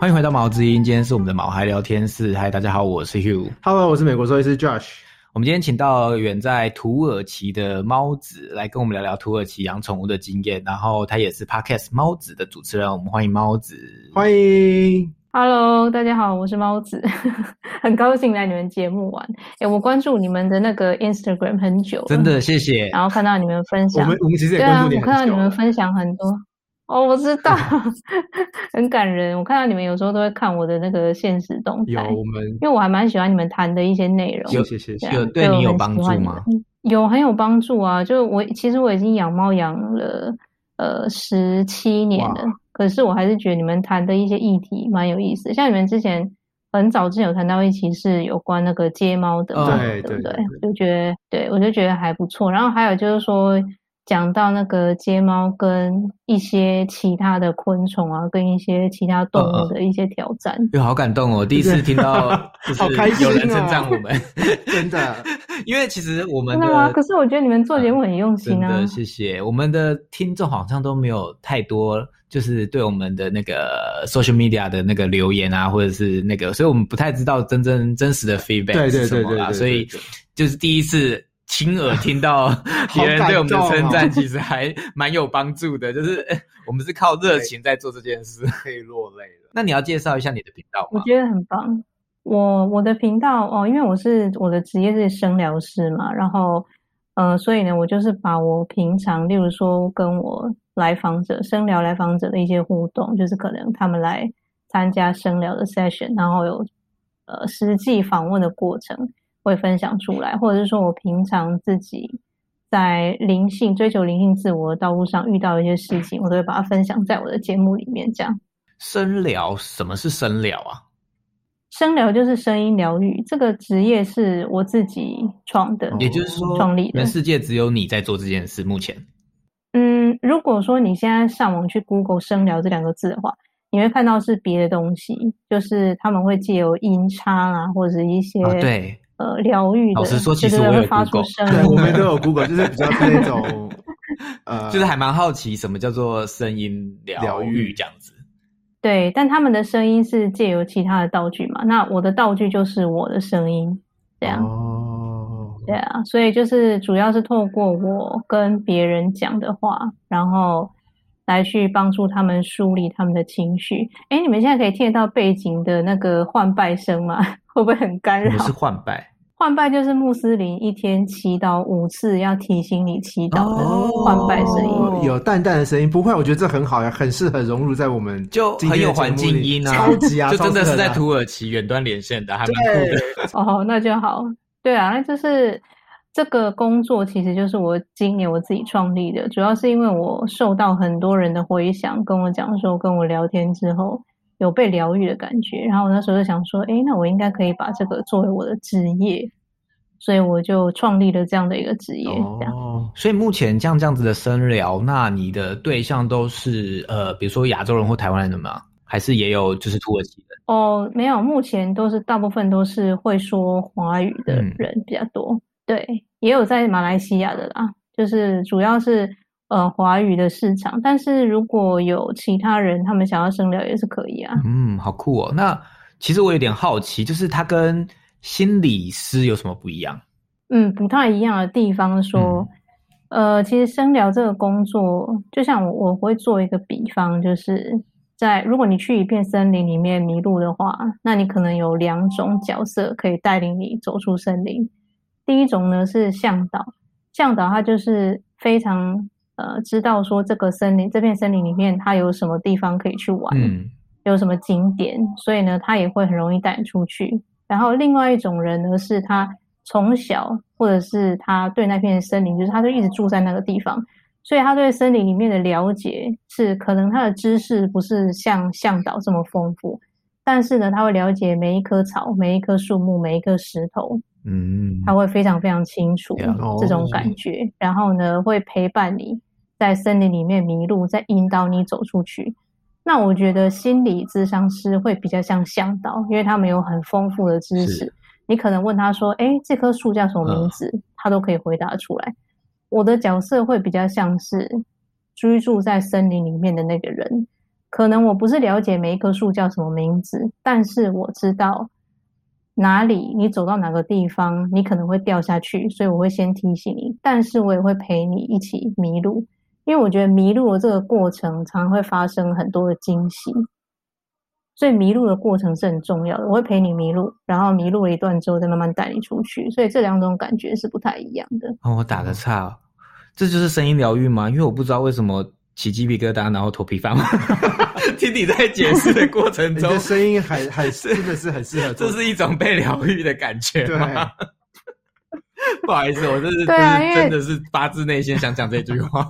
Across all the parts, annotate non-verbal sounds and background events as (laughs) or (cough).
欢迎回到毛之音，今天是我们的毛孩聊天室。嗨，大家好，我是 Hugh。 Hello，我是美国兽医师 Josh。我们今天请到远在土耳其的猫子来跟我们聊聊土耳其养宠物的经验，然后他也是 Podcast 猫子的主持人，我们欢迎猫子。欢迎。 Hello，大家好，我是猫子，很高兴来你们节目玩。哎，我关注你们的那个 Instagram 很久了，真的谢谢。然后看到你们分我享，们我们其实也对关啊，注你很我久看到你了们分享很多。哦，我知道， (laughs) 很感人。我看到你们有时候都会看我的那个现实动有态，我们因为我还蛮喜欢你们谈的一些内容。谢谢谢谢对啊，有对所你以我有很帮喜欢助你吗们？嗯有，很有帮助啊！就我其实我已经养猫养了呃十七年哇了，可是我还是觉得你们谈的一些议题蛮有意思。像你们之前很早之前有谈到一期是有关那个接猫的嗯嘛，对对不对对对？就觉得对我就觉得还不错。然后还有就是说。讲到那个接猫跟一些其他的昆虫啊，跟一些其他动嗯物嗯的一些挑战，哟，好感动哦！第一次听到就是好开心有哦人称赞我们， (laughs) 真的因为其实我们真的吗？的可是我觉得你们做节目很用真心啊的，谢谢我们的听众，好像都没有太多就是对我们的那个 social media 的那个留言啊，或者是那个，所以我们不太知道真正真实的 feedback 对对对是什么对对啦。对所以对就是第一次亲耳听 (laughs) 到别人对我们的称好赞，感动哦其实还蛮有帮助的。就是 (laughs) 呃我们是靠热情在做这件事。可以落泪了。那你要介绍一下你的频道我吗？觉得很棒。我我的频道哦，因为我是我的职业是声疗师嘛，然后呃，所以呢，我就是把我平常，例如说跟我来访者声疗来访者的一些互动，就是可能他们来参加声疗的 session，然后有呃实际访问的过程会分享出来，或者是说我平常自己在灵性追求灵性自我的道路上遇到一些事情，我都会把它分享在我的节目里面，这样。声疗，什么是声疗啊？声疗就是声音疗愈，这个职业是我自己创的。也就是说，创立的全世界只有你在做这件事。目前，嗯，如果说你现在上网去 Google 声疗这两个字的话，你会看到是别的东西，就是他们会借由音叉啊，或者一些、哦，对，呃疗愈的，老实说其就实是我会有发出 Google 声对，音我们都有 Google，就是比较是那种 (laughs) 呃，就是还蛮好奇什么叫做声音疗疗愈愈这样子。对，但他们的声音是借由其他的道具嘛？那我的道具就是我的声音，这样。哦，对啊，所以就是主要是透过我跟别人讲的话，然后来去帮助他们梳理他们的情绪。哎，你们现在可以听得到背景的那个换拜声吗？ (laughs) 会不会很干我扰们？是换拜换拜就是穆斯林一天祈祷五次，要提醒你祈祷哦的换拜声音。哦有淡淡的声音，不会，我觉得这很好呀，很适合融入在我们就今很天的有节目环境里音啊，超级啊， (laughs) 就真的超适是合在土耳其远端连线的，还蛮酷的。对， (laughs) 哦，那就好。对啊，那就是这个工作，其实就是我今年我自己创立的，主要是因为我受到很多人的回响，跟我讲说，跟我聊天之后有被疗愈的感觉。然后我那时候就想说，诶，那我应该可以把这个作为我的职业，所以我就创立了这样的一个职业。这样， (laughs) 哦，所以目前像这样子的声疗，那你的对象都是呃，比如说亚洲人或台湾人的吗？还是也有就是土耳其人？哦，没有，目前都是大部分都是会说华语的嗯人比较多，对，也有在马来西亚的啦，就是主要是呃华语的市场，但是如果有其他人他们想要深聊也是可以啊。嗯，好酷哦。那其实我有点好奇，就是它跟心理师有什么不一样？嗯，不太一样的地方是说，呃，其实生疗这个工作，就像我我会做一个比方，就是在如果你去一片森林里面迷路的话，那你可能有两种角色可以带领你走出森林。第一种呢是向导，向导他就是非常呃知道说这个森林这片森林里面它有什么地方可以去玩，嗯，有什么景点，所以呢，他也会很容易带你出去。然后另外一种人呢，是他从小或者是他对那片森林，就是他就一直住在那个地方，所以他对森林里面的了解是可能他的知识不是像向导这么丰富，但是呢，他会了解每一棵草、每一棵树木、每一颗石头，嗯，啊哦他会非常非常清楚了解这种感觉，然后呢会陪伴你在森林里面迷路，再引导你走出去。那我觉得心理咨商师会比较像向导，因为他们有很丰富的知识是，你可能问他说：“哎，这棵树叫什么名字？”他都可以回答出来。我的角色会比较像是居住在森林里面的那个人，可能我不是了解每一棵树叫什么名字，但是我知道哪里你走到哪个地方，你可能会掉下去，所以我会先提醒你，但是我也会陪你一起迷路，因为我觉得迷路的这个过程常常会发生很多的惊喜，所以迷路的过程是很重要的。我会陪你迷路，然后迷路了一段之后再慢慢带你出去，所以这两种感觉是不太一样的。哦，我打个岔、哦，这就是声音疗愈吗？因为我不知道为什么起鸡皮疙瘩，然后头皮发麻。 (laughs) 听你在解释的过程你中的，声音很很真的是很适合做这是一种被疗愈的感觉对，吗。 (laughs) 不好意思，我这是对啊这是因为真的是发自内心想讲这句话。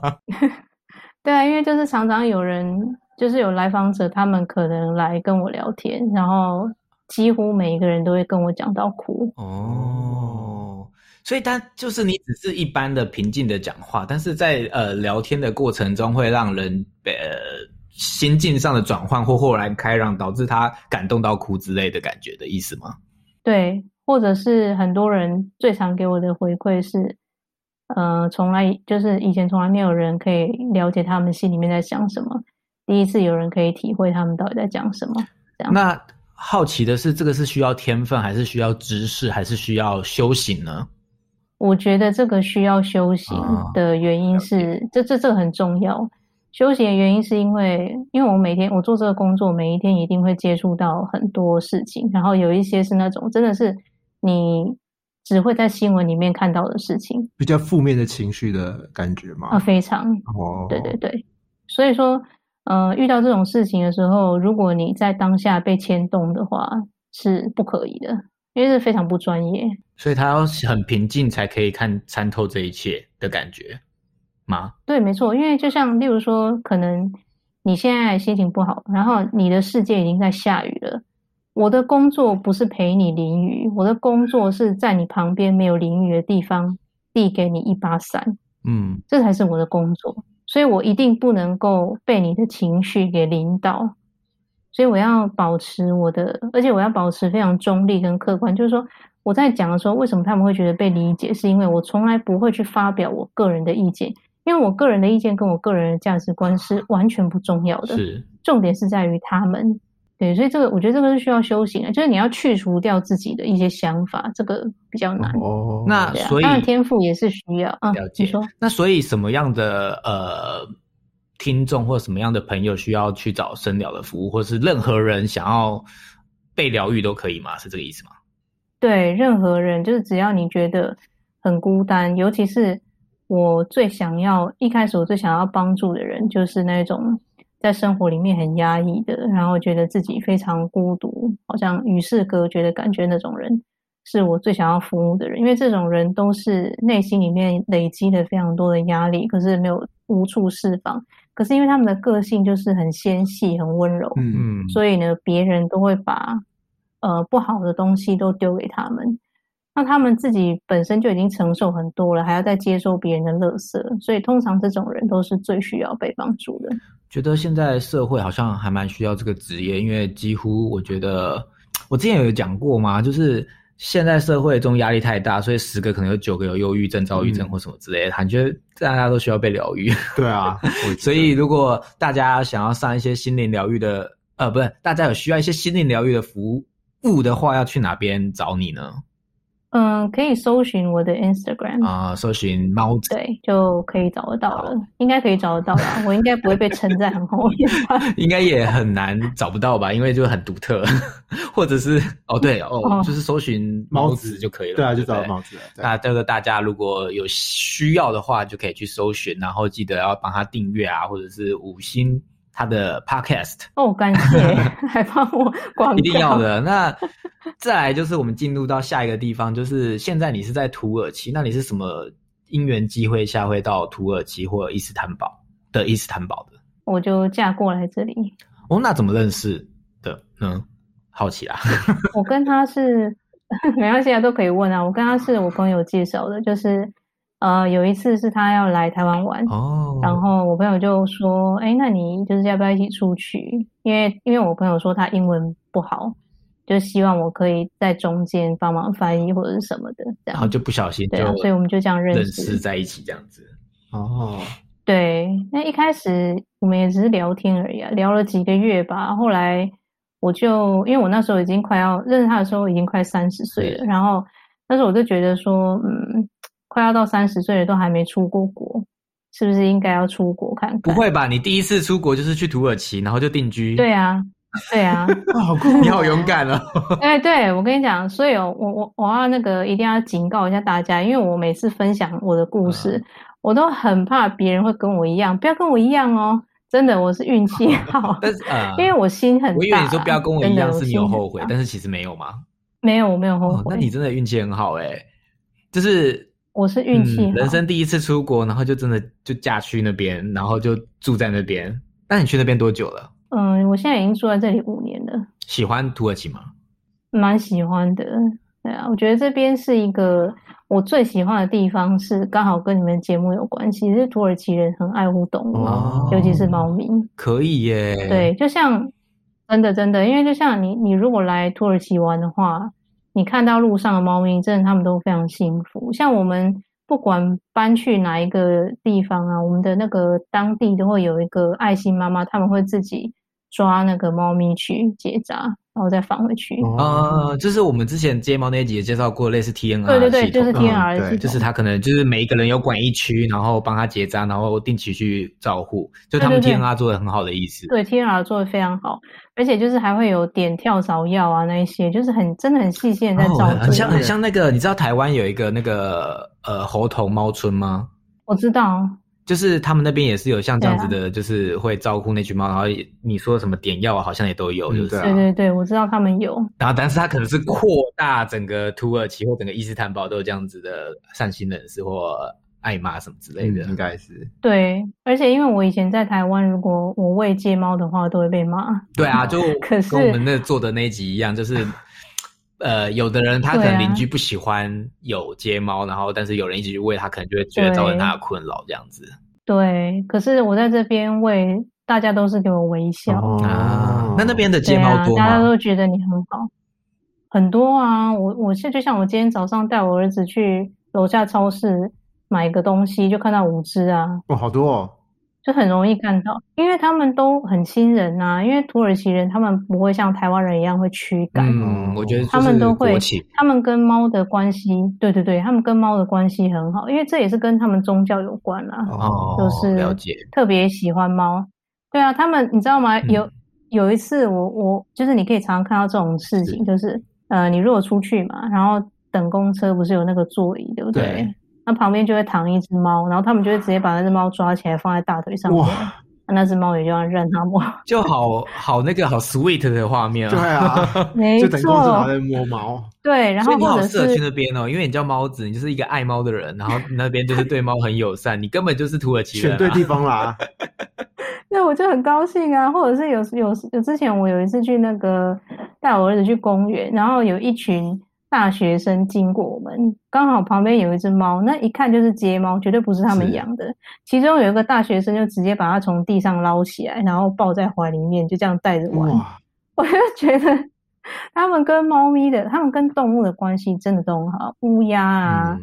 (laughs) 对啊，因为就是常常有人，就是有来访者，他们可能来跟我聊天，然后几乎每一个人都会跟我讲到哭。哦，所以他就是你只是一般的平静的讲话，但是在呃聊天的过程中会让人呃心境上的转换或豁然开朗，导致他感动到哭之类的感觉的意思吗？对，或者是很多人最常给我的回馈是，呃，从来就是以前从来没有人可以了解他们心里面在想什么，第一次有人可以体会他们到底在讲什么。这样那好奇的是，这个是需要天分，还是需要知识，还是需要修行呢？我觉得这个需要修行啊的原因是，这这这个很重要。修行的原因是因为，因为我每天我做这个工作，每一天一定会接触到很多事情，然后有一些是那种真的是你只会在新闻里面看到的事情比较负面的情绪的感觉嘛啊，。非常哦，对对对，所以说，呃，遇到这种事情的时候，如果你在当下被牵动的话，是不可以的，因为是非常不专业。所以他要很平静才可以看参透这一切的感觉吗？对，没错，因为就像例如说，可能你现在心情不好，然后你的世界已经在下雨了。我的工作不是陪你淋雨，我的工作是在你旁边没有淋雨的地方递给你一把伞，嗯，这才是我的工作。所以我一定不能够被你的情绪给领导，所以我要保持我的，而且我要保持非常中立跟客观。就是说，我在讲的时候，为什么他们会觉得被理解，是因为我从来不会去发表我个人的意见，因为我个人的意见跟我个人的价值观是完全不重要的。是。重点是在于他们。对，所以这个我觉得这个是需要修行的，就是你要去除掉自己的一些想法，这个比较难。哦，那对啊，所以当然天赋也是需要。嗯了，解你说。那所以什么样的呃听众或什么样的朋友需要去找深聊的服务，或是任何人想要被疗愈都可以吗？是这个意思吗？对，任何人，就是只要你觉得很孤单，尤其是我最想要，一开始我最想要帮助的人，就是那种在生活里面很压抑的，然后觉得自己非常孤独，好像与世隔绝的感觉那种人，是我最想要服务的人，因为这种人都是内心里面累积了非常多的压力，可是没有无处释放，可是因为他们的个性就是很纤细、很温柔，嗯，嗯，所以呢，别人都会把呃不好的东西都丢给他们，那他们自己本身就已经承受很多了，还要再接收别人的垃圾，所以通常这种人都是最需要被帮助的。觉得现在社会好像还蛮需要这个职业，因为几乎我觉得我之前有讲过嘛，就是现在社会中压力太大，所以十个可能有九个有忧郁症、躁郁症嗯或什么之类的，感觉大家都需要被疗愈。 (laughs) 对啊，我觉得所以，如果大家想要上一些心灵疗愈的，呃，不是，大家有需要一些心灵疗愈的服务的话，要去哪边找你呢？嗯，可以搜寻我的嗯 Instagram，、啊、搜寻猫 (laughs) 子，对，就可以找得到了，应该可以找得到啦。我应该不会被称哦在很后面吧？应该也很难找不到吧，因为就很独特， (laughs) 或者是哦，对哦，哦就是搜寻猫子就可以了，对啊，就不找到帽子了。对那这个大家如果有需要的话，就可以去搜寻，然后记得要帮他订阅啊，或者是五星他的 podcast。哦，感谢， (laughs) 还帮我广一定要告。的。那 (laughs) 再来就是我们进入到下一个地方，就是现在你是在土耳其，那你是什么因缘机会下会到土耳其或伊斯坦堡的伊斯坦堡的？我就嫁过来这里，哦，那怎么认识的呢？好奇啊，我跟他是 (laughs) 没关系啊，都可以问啊。我跟他是我朋友介绍的，就是呃，有一次是他要来台湾玩，哦，然后我朋友就说：“哎，那你就是要不要一起出去？因为因为我朋友说他英文不好，就希望我可以在中间帮忙翻译或者是什么的这然后样。啊就不小心对啊，所以我们就这样认认识。识在一起这样子。哦，对，那一开始我们也只是聊天而已啊，聊了几个月吧。后来我就因为我那时候已经快要认识他的时候已经快三十岁了，然后那时候我就觉得说，嗯，快要到三十岁了都还没出过国，是不是应该要出国看看？不会吧？你第一次出国就是去土耳其，然后就定居？对啊，(laughs) 对啊，啊，好 (laughs) 酷！你好勇敢哦！哎，对，我跟你讲，所以哦，我我我要那个一定要警告一下大家，因为我每次分享我的故事，嗯我都很怕别人会跟我一样，不要跟我一样哦，真的，我是运气 (laughs) 好，但是呃，因为我心很大啊。我以为你说不要跟我一样真是的你有后悔，我心很大但是其实没有嘛。没有，我没有后哦，悔，那你真的运气很好哎、就是我是运气嗯好人生第一次出国，然后就真的就嫁去那边，然后就住在那边。那你去那边多久了？嗯，我现在已经住在这里五年了，喜欢土耳其吗？蛮喜欢的。对啊，我觉得这边是一个我最喜欢的地方，是刚好跟你们节目有关系，是土耳其人很爱护动物，哦尤其是猫咪。可以耶。对，就像真的真的，因为就像你你如果来土耳其玩的话，你看到路上的猫咪，真的它们都非常幸福。像我们不管搬去哪一个地方啊，我们的那个当地都会有一个爱心妈妈，他们会自己抓那个猫咪去结扎，然后再放回去。哦，呃，就是我们之前睫毛那一集也介绍过，类似 TNR 对对对，系统就是嗯 TNR 对系就是统他可能就是每一个人有管一区，然后帮他结扎，然后定期去照护，就他们对对对 TNR 做的很好的意思。对 TNR 做的非常好，而且就是还会有点跳蚤药啊那一些，就是很真的很细心的在哦，照很很顾像很像那个，你知道台湾有一个那个呃猴头猫村吗？我知道，啊就是他们那边也是有像这样啊子的，就是会照顾那群猫，然后也你说什么点药啊好像也都有，嗯就是。对啊对对对，我知道他们有。然后，但是它可能是扩大整个土耳其或整个伊斯坦堡都有这样子的善心人士或爱妈什么之类嗯的。应该是对，而且因为我以前在台湾，如果我喂借猫的话，都会被骂。对啊，就嗯 (laughs) 可是跟我们那做的那一集一样，就是。呃，有的人他可对能啊邻居不喜欢有街猫，然后但是有人一直去喂，他可能就会觉得对造成他的困扰这样子。对，可是我在这边喂，大家都是给我微笑，哦啊，那那边的街对猫啊，多大家吗？都觉得你很好，很多啊。我我现在就像我今天早上带我儿子去楼下超市买个东西，就看到五只啊，哇，好多哦，就很容易看到，因为他们都很亲人呐、因为土耳其人他们不会像台湾人一样会驱赶，嗯，我觉得他们都会国情，他们跟猫的关系，对对对，他们跟猫的关系很好，因为这也是跟他们宗教有关啦、哦，就是了解。特别喜欢猫。对啊，他们你知道吗？嗯有、有一次我，我就是你可以常常看到这种事情，是就是呃，你如果出去嘛，然后等公车不是有那个座椅，对不对？对那旁边就会躺一只猫，然后他们就会直接把那只猫抓起来放在大腿上面，哇，那只猫也就要让它 (laughs) 摸。就好好那个好 sweet 的画面对啊。 (laughs) 啊，没就错，等公司还在摸毛，对，然所后以你或好者适合是去那边哦，因为你叫猫子，你就是一个爱猫的人，然后你那边就是对猫很友善，你根本就是土耳其人、选啊。对地方啦，对，我就很高兴啊，或者是有有有之前我有一次去那个带我儿子去公园，然后有一群大学生经过我们，刚好旁边有一只猫，那一看就是街猫，绝对不是他们是养的。其中有一个大学生就直接把它从地上捞起来，然后抱在怀里面，就这样带着玩。哇，我就觉得他们跟猫咪的，他们跟动物的关系真的都很好，乌鸦啊。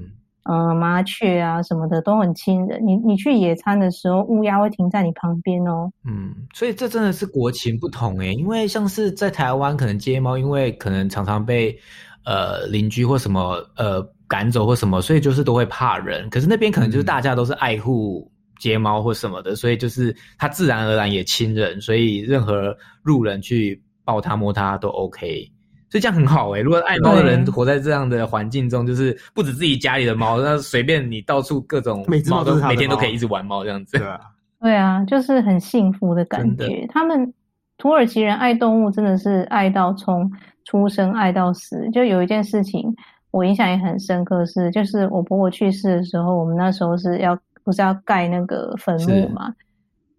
嗯，呃，麻雀啊什么的都很亲人。你你去野餐的时候，乌鸦会停在你旁边哦。嗯，所以这真的是国情不同诶，因为像是在台湾，可能街猫，因为可能常常被呃邻居或什么呃赶走或什么，所以就是都会怕人。可是那边可能就是嗯大家都是爱护街猫或什么的，所以就是它自然而然也亲人，所以任何路人去抱它摸它都 OK。所以这样很好诶，欸如果爱猫的人啊对活在这样的环境中，就是不止自己家里的猫，那随便你到处各种每只猫都都是它的每天都猫可以一直玩猫这样子对。啊，对啊，就是很幸福的感真的觉。他们土耳其人爱动物，真的是爱到从出生爱到死。就有一件事情，我印象也很深刻是，就是我婆婆去世的时候，我们那时候是要不是要盖那个坟是墓嘛，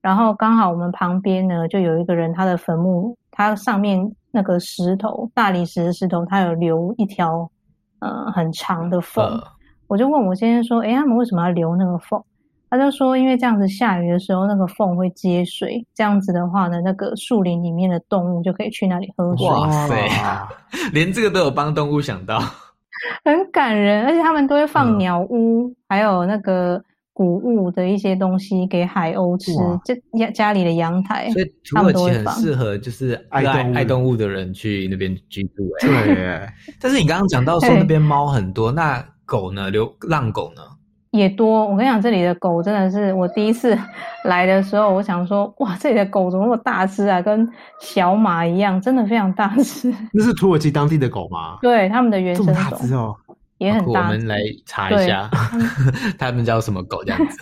然后刚好我们旁边呢就有一个人，他的坟墓，他上面那个石头，大理石的石头，它有留一条呃很长的啊缝。呃我就问我先生说：“诶，他们为什么要留那个缝？”他就说：“因为这样子下雨的时候，那个缝会接水，这样子的话呢，那个树林里面的动物就可以去那里喝水，哇塞连这个都有帮动物想到，很感人。而且他们都会嗯放鸟屋，还有那个谷物的一些东西给海鸥吃哇，这家家里的阳台。所以土耳其很适合就是爱爱动物爱动物的人去那边居住、欸。对，但是你刚刚讲到说对那边猫很多，那狗呢？流浪狗呢？也多。我跟你讲，这里的狗真的是我第一次 (laughs) 来的时候，我想说，哇，这里的狗怎么那么大只啊，跟小马一样，真的非常大只。 (laughs) 那是土耳其当地的狗吗？对，它们的原这生么大种只哦，也很啊我大们只来查一下 (laughs) 他们叫什么狗这样 (laughs) 子。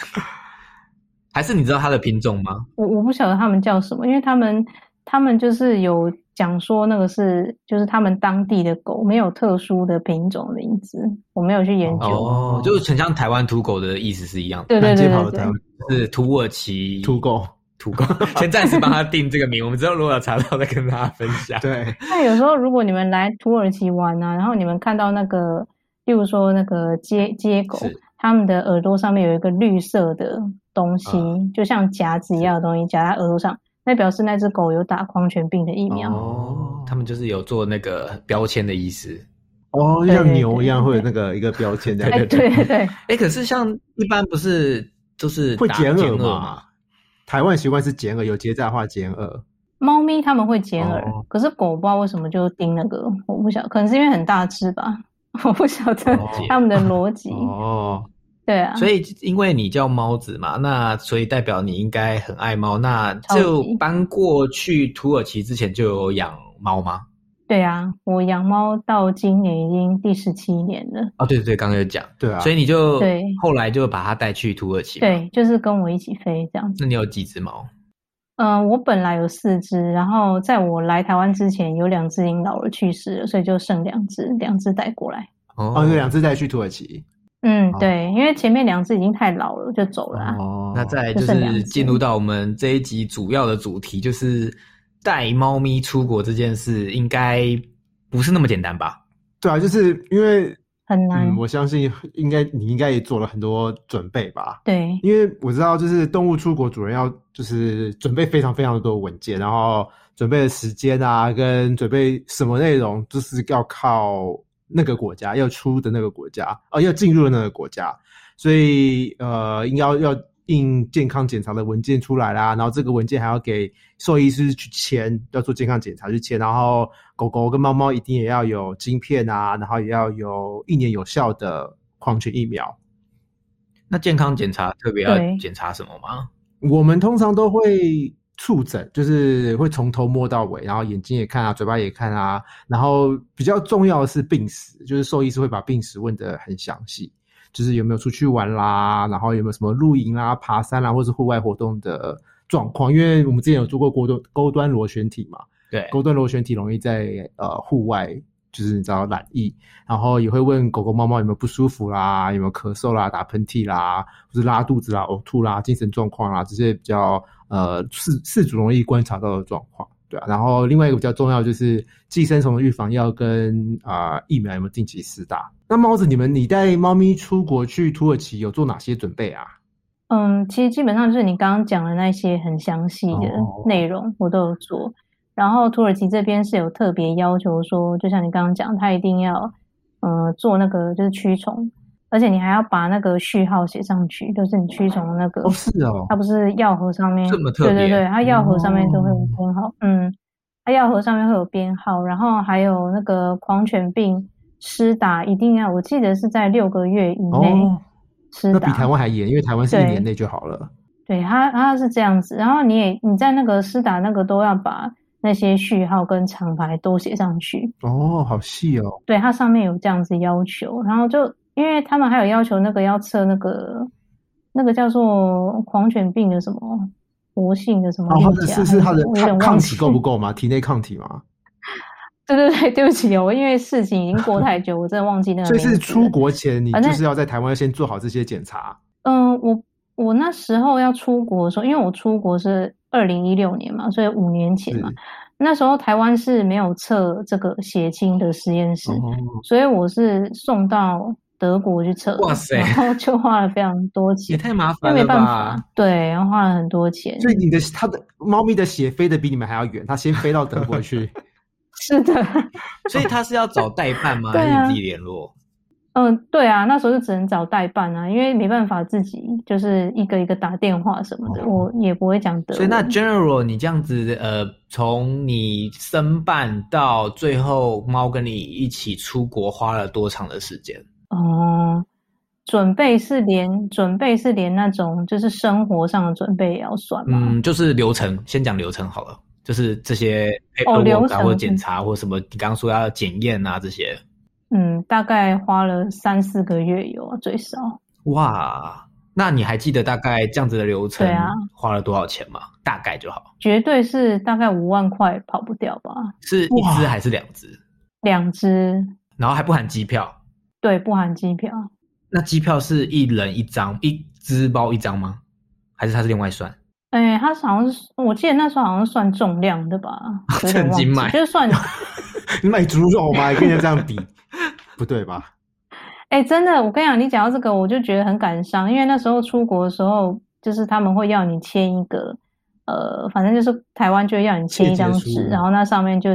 还是你知道它的品种吗？我我不晓得他们叫什么，因为他们他们就是有讲说那个是就是他们当地的狗，没有特殊的品种名字，我没有去研究。哦，就是很像台湾土狗的意思是一样的，对对满对街跑对的台对湾，是土耳其土狗。土狗。 (laughs) 先暂时帮它定这个名，我们之后如果有查到再跟大家分享。对，那有时候如果你们来土耳其玩啊，然后你们看到那个，例如说那个街街狗是，它们的耳朵上面有一个绿色的东西，嗯就像夹子一样的东西夹在耳朵上，那表示那只狗有打狂犬病的疫苗。哦，他们就是有做那个标签的意思。哦，对像对牛一样对会有那个一个标签在哎，那对对对，哎、可是像一般不是就是会打剪剪耳嘛嘛？？台湾习惯是剪耳，有结扎的话剪耳。猫咪它们会剪耳，哦可是狗不知道为什么就叮那个，我不晓，可能是因为很大只吧， (laughs) 我不晓得了解它们的逻嗯辑。哦，对啊，所以因为你叫猫子嘛，那所以代表你应该很爱猫。那就超级搬过去土耳其之前就有养猫吗？对啊，我养猫到今年已经第十七年了。哦，对对对，刚刚有讲，对啊，所以你就对后来就把它带去土耳其。，对，就是跟我一起飞这样子。那你有几只猫？嗯、我本来有四只，然后在我来台湾之前，有两只已经老了去世了，所以就剩两只，两只带过来。哦哦，有两次带去土耳其。嗯哦，对，因为前面两只已经太老了，就走了啊。哦，那再来就就剩两是只进入到我们这一集主要的主题，就是带猫咪出国这件事，应该不是那么简单吧？对啊，就是因为很难。嗯，我相信应该你应该也做了很多准备吧。对，因为我知道，就是动物出国主人要就是准备非常非常多的文件，然后准备的时间啊，跟准备什么内容，就是要靠那个国家要出的那个国家，呃，要进入的那个国家，所以呃，应该要要印健康检查的文件出来啦，然后这个文件还要给兽医师去签，要做健康检查去签，然后狗狗跟猫猫一定也要有晶片啊，然后也要有一年有效的狂犬疫苗。那健康检查特别要嗯对检查什么吗？我们通常都会触诊，就是会从头摸到尾，然后眼睛也看啊，嘴巴也看啊，然后比较重要的是病史，就是兽医是会把病史问得很详细，就是有没有出去玩啦，然后有没有什么露营啦、爬山啊啦，或是户外活动的状况，因为我们之前有做过钩端钩端螺旋体嘛，对，钩端螺旋体容易在呃户外，就是你知道染疫，然后也会问狗狗、猫猫有没有不舒服啦，有没有咳嗽啦、打喷嚏啦，或是拉肚子啦、呕吐啦、精神状况啦，这些比较呃事事主容易观察到的状况，对啊。然后另外一个比较重要的就是寄生虫的预防药跟啊、呃疫苗有没有定期施打。那猫子，你们你带猫咪出国去土耳其有做哪些准备啊？嗯，其实基本上就是你刚刚讲的那些很详细的哦内容，我都有做。然后土耳其这边是有特别要求说，就像你刚刚讲，它一定要呃做那个就是驱虫，而且你还要把那个序号写上去，就是你驱虫的那个哦，是哦它，不是药盒上面，这么特对对别对，它药盒上面都会有哦编号，嗯，它药盒上面会有编号，然后还有那个狂犬病施打一定要，我记得是在六个月以内哦，施那打，比台湾还严，因为台湾是一对年内就好了。对，它它是这样子，然后你也你在那个施打那个都要把那些序号跟厂牌都写上去，哦，好细哦。对，它上面有这样子要求，然后就因为他们还有要求那个要测那个那个叫做狂犬病的什么活性的什么哦，六或者甲是还是它的什么我有抗点抗忘体记够不够嘛？体内抗体嘛？对对对，对不起哦，我因为事情已经过太久，我真的忘记那个所以名是字出了国前，你反就正是要在台湾先做好这些检查。嗯，我我那时候要出国的时候，因为我出国是二零一六年嘛，所以五年前嘛是，那时候台湾是没有测这个血清的实验室，哦，所以我是送到德国去测的，哇塞然后就花了非常多也钱，太麻因烦为了没办吧法，？对，然后花了很多钱，所以你的嗯它的猫咪的血飞得比你们还要远，它先飞到德国去。是的，所以他是要找代办吗？ (laughs) 对还啊是你自己联络？嗯，对啊，那时候就只能找代办啊，因为没办法自己就是一个一个打电话什么的，我也不会讲德哦所以那文 general 你这样子，呃，从你申办到最后猫跟你一起出国花了多长的时间？哦，准备是连准备是连那种就是生活上的准备也要算嘛。嗯，就是流程，先讲流程好了，就是这些哦流 paperwork 啊、程或者检查或什么，你刚刚说要检验啊这些。嗯，大概花了三四个月有啊，最少。哇，那你还记得大概这样子的流程对啊花了多少钱吗？大概就好，绝对是大概五万块跑不掉吧，是一只哇还是两只？两只，然后还不含机票，对，不含机票，那机票是一人一张，一只包一张吗？还是它是另外算？哎，它是好像是，我记得那时候好像算重量 (laughs) 的吧，有点趁忘机记，买就是 (laughs) 算，你买猪肉吗？你跟人家这样比，不对吧？哎，真的，我跟你讲，你讲到这个，我就觉得很感伤，因为那时候出国的时候，就是他们会要你签一个，呃，反正就是台湾就会要你签一张切结纸，书然后那上面就，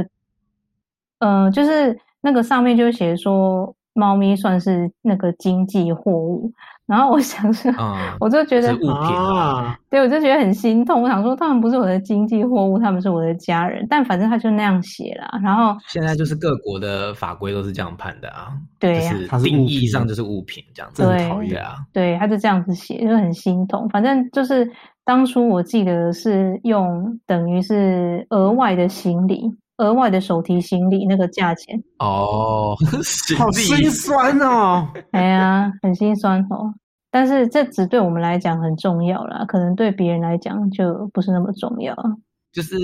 呃，就是那个上面就写说，猫咪算是那个经济货物，然后我想说，嗯，我就觉是得物品啊，啊，对，我就觉得很心痛。我想说，他们不是我的经济货物，他们是我的家人。但反正他就那样写啦。然后，现在就是各国的法规都是这样判的啊，对呀、就它是是物定品义上就是物品这样子，真的对讨对厌。啊，对，他就这样子写，就很心痛。反正就是当初我记得是用等于是额外的行李，额外的手提行李那个价钱，哦， (laughs) 好行心李酸哦。哎呀，很心酸哦。但是这只对我们来讲很重要啦，可能对别人来讲就不是那么重要。就是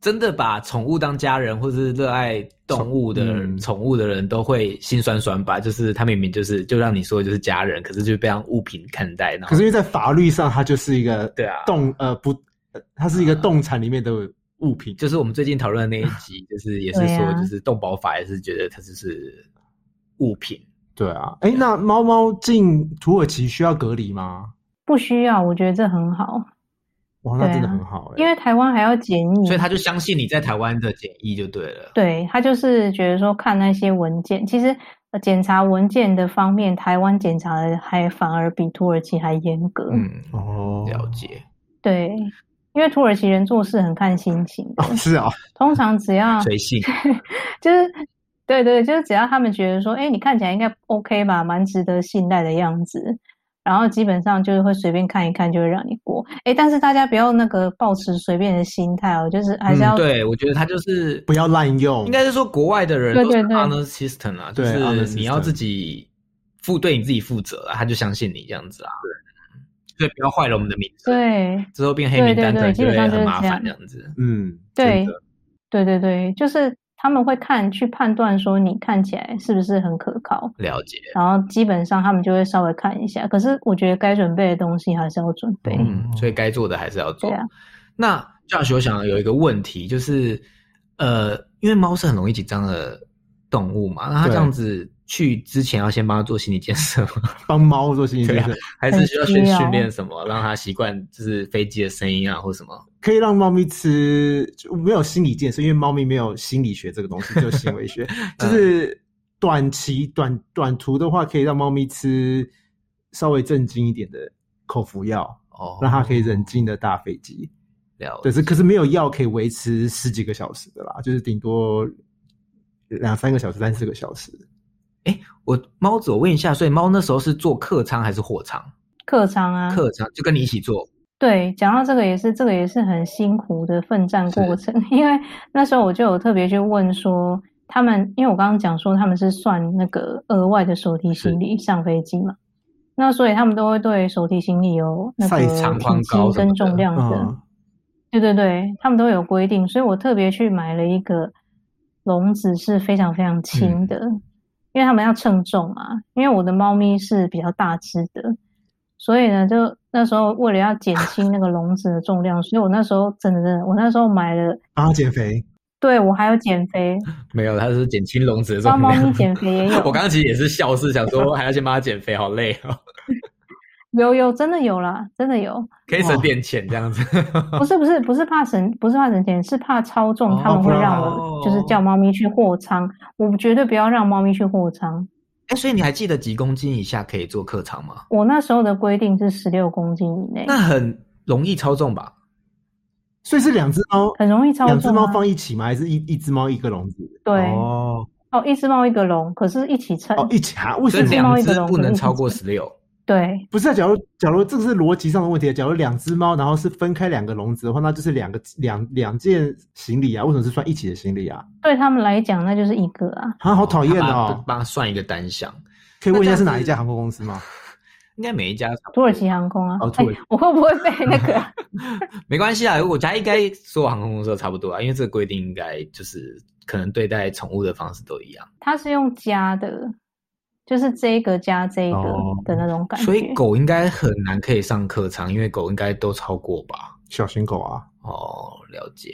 真的把宠物当家人，或者是热爱动物的宠嗯宠物的人都会心酸酸吧。就是他明明就是就让你说就是家人，可是就被当物品看待，然后可是因为在法律上，它就是一个对啊动呃不，呃它是一个动产里面的物品。就是我们最近讨论的那一 (laughs) 集，就是也是对说啊就是动保法也是觉得它就是物品。对啊，哎，那猫猫进土耳其需要隔离吗？不需要，我觉得这很好，哇，那对啊真的很好哎。因为台湾还要检疫，所以他就相信你在台湾的检疫就对了。对，他就是觉得说看那些文件，其实呃检查文件的方面，台湾检查的还反而比土耳其还严格。嗯，哦，了解。对，因为土耳其人做事很看心情的，哦，是啊，通常只要随性， (laughs) 就是对对，就是只要他们觉得说，哎，你看起来应该 OK 吧，蛮值得信赖的样子。然后基本上就是会随便看一看，就会让你过。哎，但是大家不要那个抱持随便的心态哦，就是还是嗯要对，我觉得他就是不要滥用。应该是说国外的人对都是对对 honor system 啊，就对 honor 是 system 你要自己负对你自己负责啊，他就相信你这样子啊。对，所以不要坏了我们的名声，对之后变黑名单可对对对能就基本会上就是很麻烦这这样样子。嗯，对真的，对对对，就是他们会看去判断说你看起来是不是很可靠，了解，然后基本上他们就会稍微看一下。可是我觉得该准备的东西还是要准备。嗯，所以该做的还是要做对。啊，那 Josh，我想有一个问题，就是呃，因为猫是很容易紧张的动物嘛，那它对这样子去之前要先帮它做心理建设吗？ (laughs) 帮猫做心理对建啊设，还是需要很先需要训练什么，让它习惯就是飞机的声音啊，或什么？可以让猫咪吃，就没有心理建设，因为猫咪没有心理学这个东西，只有行为 (laughs) 学。嗯就是短期短短途的话，可以让猫咪吃稍微镇静一点的口服药，哦，让它可以冷静的打飞机。了解对，是可是没有药可以维持十几个小时的啦，就是顶多两三个小时、三四个小时。我猫子，我问一下，所以猫那时候是坐客舱还是货舱？客舱啊，客舱就跟你一起坐，对，讲到这个也是，这个也是很辛苦的奋战过程。因为那时候我就有特别去问说，他们因为我刚刚讲说他们是算那个额外的手提行李上飞机嘛，那所以他们都会对手提行李有那个赛长体宽积高什么跟的重量的。嗯，对对对，他们都有规定，所以我特别去买了一个笼子，是非常非常嗯轻的，因为他们要称重嘛。因为我的猫咪是比较大只的，所以呢，就那时候为了要减轻那个笼子的重量，所以我那时候真的真的，我那时候买了，帮它减肥。对我还有减肥，没有，它是减轻笼子的帮重猫咪量。减肥也有 (laughs) 我刚刚其实也是笑，是想说还要先帮它减肥，好累 (laughs) 哦，有有真的有啦，真的 (laughs) 有，可以省点钱这样子。不是不是不是怕省，不是怕省钱，是怕超重，他哦们不会然让哦我就是叫猫咪去货仓，我绝对不要让猫咪去货仓。哎，所以你还记得几公斤以下可以做客场吗？我那时候的规定是十六公斤以内，那很容易超重吧？所以是两只猫，很容易超重、啊。两只猫放一起吗？还是一一只猫一个笼子？对呃哦哦，一只猫一个笼，可是一起称。哦，一起啊？为所以什是么？两猫一个只笼不子能一起超过十六。对不是啊，假如假如这是逻辑上的问题啊，假如两只猫然后是分开两个笼子的话，那就是两个两两件行李啊，为什么是算一起的行李啊？对他们来讲，那就是一个啊。啊，好讨厌他把哦！帮他算一个单项，可以问一下那这样子是哪一家航空公司吗？应该每一家差不多土耳其航空啊哦，哎、土耳其我会不会 (laughs) 被那个啊、没关系啊，我家应该所有航空公司都差不多啊，因为这个规定应该就是可能对待宠物的方式都一样，它是用加的，就是这个加这个哦的那种感觉。所以狗应该很难可以上客场，因为狗应该都超过吧？小型狗啊，哦，了解，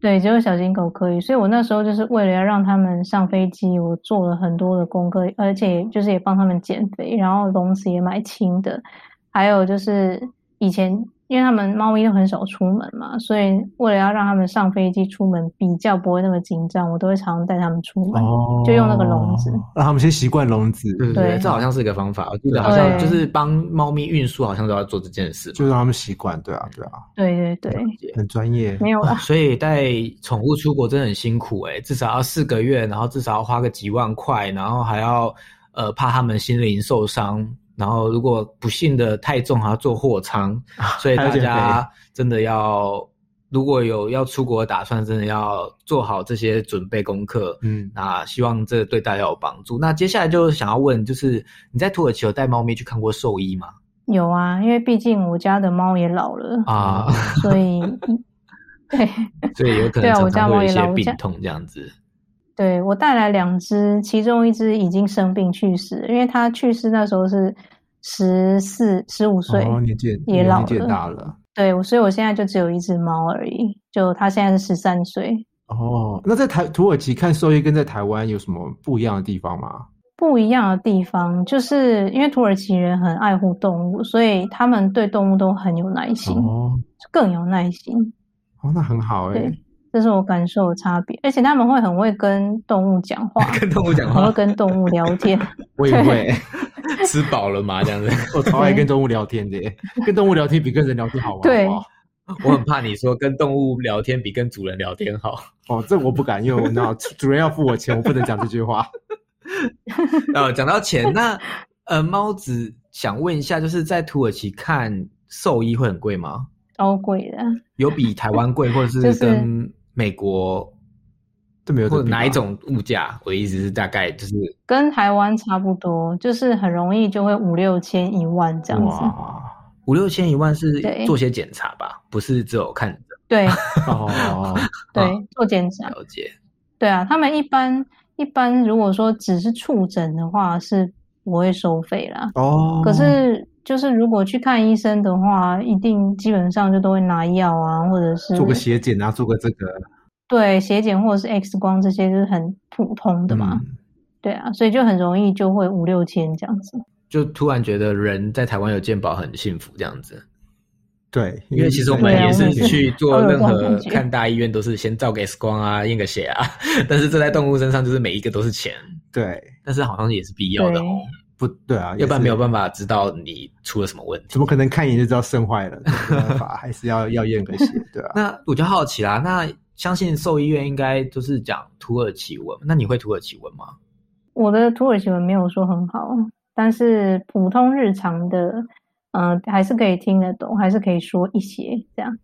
对，只有小型狗可以。所以我那时候就是为了要让他们上飞机，我做了很多的功课，而且就是也帮他们减肥，然后笼子也买轻的，还有就是以前因为他们猫咪都很少出门嘛，所以为了要让他们上飞机出门比较不会那么紧张，我都会常常带他们出门。哦，就用那个笼子，让他们先习惯笼子，对对对，对这好像是一个方法，我记得好像就是帮猫咪运输，好像都要做这件事吧，就让他们习惯，对啊，对啊，对对对，很专业。没有啦。啊所以带宠物出国真的很辛苦诶、至少要四个月，然后至少要花个几万块，然后还要呃怕他们心灵受伤，然后如果不幸的太重还要坐货舱，啊所以还大要减家真的要如果有要出国的打算，真的要做好这些准备功课。嗯，那希望这对大家有帮助。那接下来就想要问，就是你在土耳其有带猫咪去看过兽医吗？有啊，因为毕竟我家的猫也老了，啊、所以对所以有可对能啊常我家常会猫有一也些老我家病痛这样子。对，我带来两只，其中一只已经生病去世了，因为它去世那时候是十四、十五岁，哦，年纪也老年纪也了大了。对，我所以我现在就只有一只猫而已，就它现在是十三岁，哦，那在台土耳其看兽医跟在台湾有什么不一样的地方吗？不一样的地方，就是因为土耳其人很爱护动物，所以他们对动物都很有耐心，哦，更有耐心。哦，那很好哎、对，这是我感受的差别，而且他们会很会跟动物讲话，跟动物讲很话会，跟动物聊天。 (laughs) 我也会， (laughs) 吃饱了吗？这样子。 (laughs) 我超爱跟动物聊天的耶，跟动物聊天比跟人聊天好玩。对好不好 (laughs) 我很怕你说跟动物聊天比跟主人聊天好，哦，这我不敢，因为我那主人要付我钱，我不能讲这句话。 (laughs) 呃，讲到钱，那呃，猫子想问一下，就是在土耳其看兽医会很贵吗？超贵的，有比台湾贵，或者就是是跟美国这没有得或者比吧哪一？种物价？我的意思是大概就是跟台湾差不多，就是很容易就会五六千、一万这样子。哇，五六千一万是对做些检查吧，不是只有看诊对哦，对，做检查。了解。对啊，他们一般一般如果说只是触诊的话是不会收费啦，哦， (laughs) 可是就是如果去看医生的话，一定基本上就都会拿药啊，或者是做个血检啊，做个这个对血检或者是 X 光这些就是很普通的嘛。嗯对啊，所以就很容易就会五六千这样子。就突然觉得人在台湾有健保很幸福这样子，对，因为其实我们对啊也我是们也是去做都有任这种何感觉看大医院都是先照个 X 光啊，验个血啊， (laughs) 但是这在动物身上就是每一个都是钱，对但是好像也是必要的哦，不对啊，要不然没有法，办法知道你出了什么问题怎。么可能看一眼就知道肾坏了？ (laughs) 没办法，还是要要验个血，对啊。那我就好奇啦，那相信兽医院应该就是讲土耳其文，那你会土耳其文吗？我的土耳其文没有说很好，但是普通日常的，嗯、还是可以听得懂，还是可以说一些这样。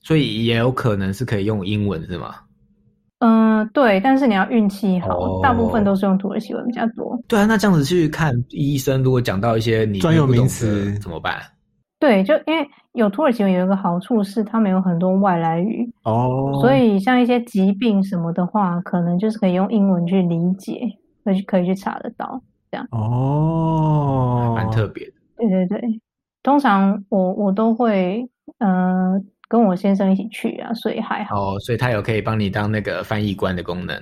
所以也有可能是可以用英文是吗？嗯、对，但是你要运气好，哦大部分都是用土耳其文比较多。对啊，那这样子去看医生，如果讲到一些你专有名词听不懂的怎么办？对，就因为有土耳其文有一个好处是，他们有很多外来语，哦，所以像一些疾病什么的话，可能就是可以用英文去理解，可以可以去查得到。哦，蛮特别的。对对对，通常我我都会，呃，跟我先生一起去啊，所以还好。哦，所以他有可以帮你当那个翻译官的功能，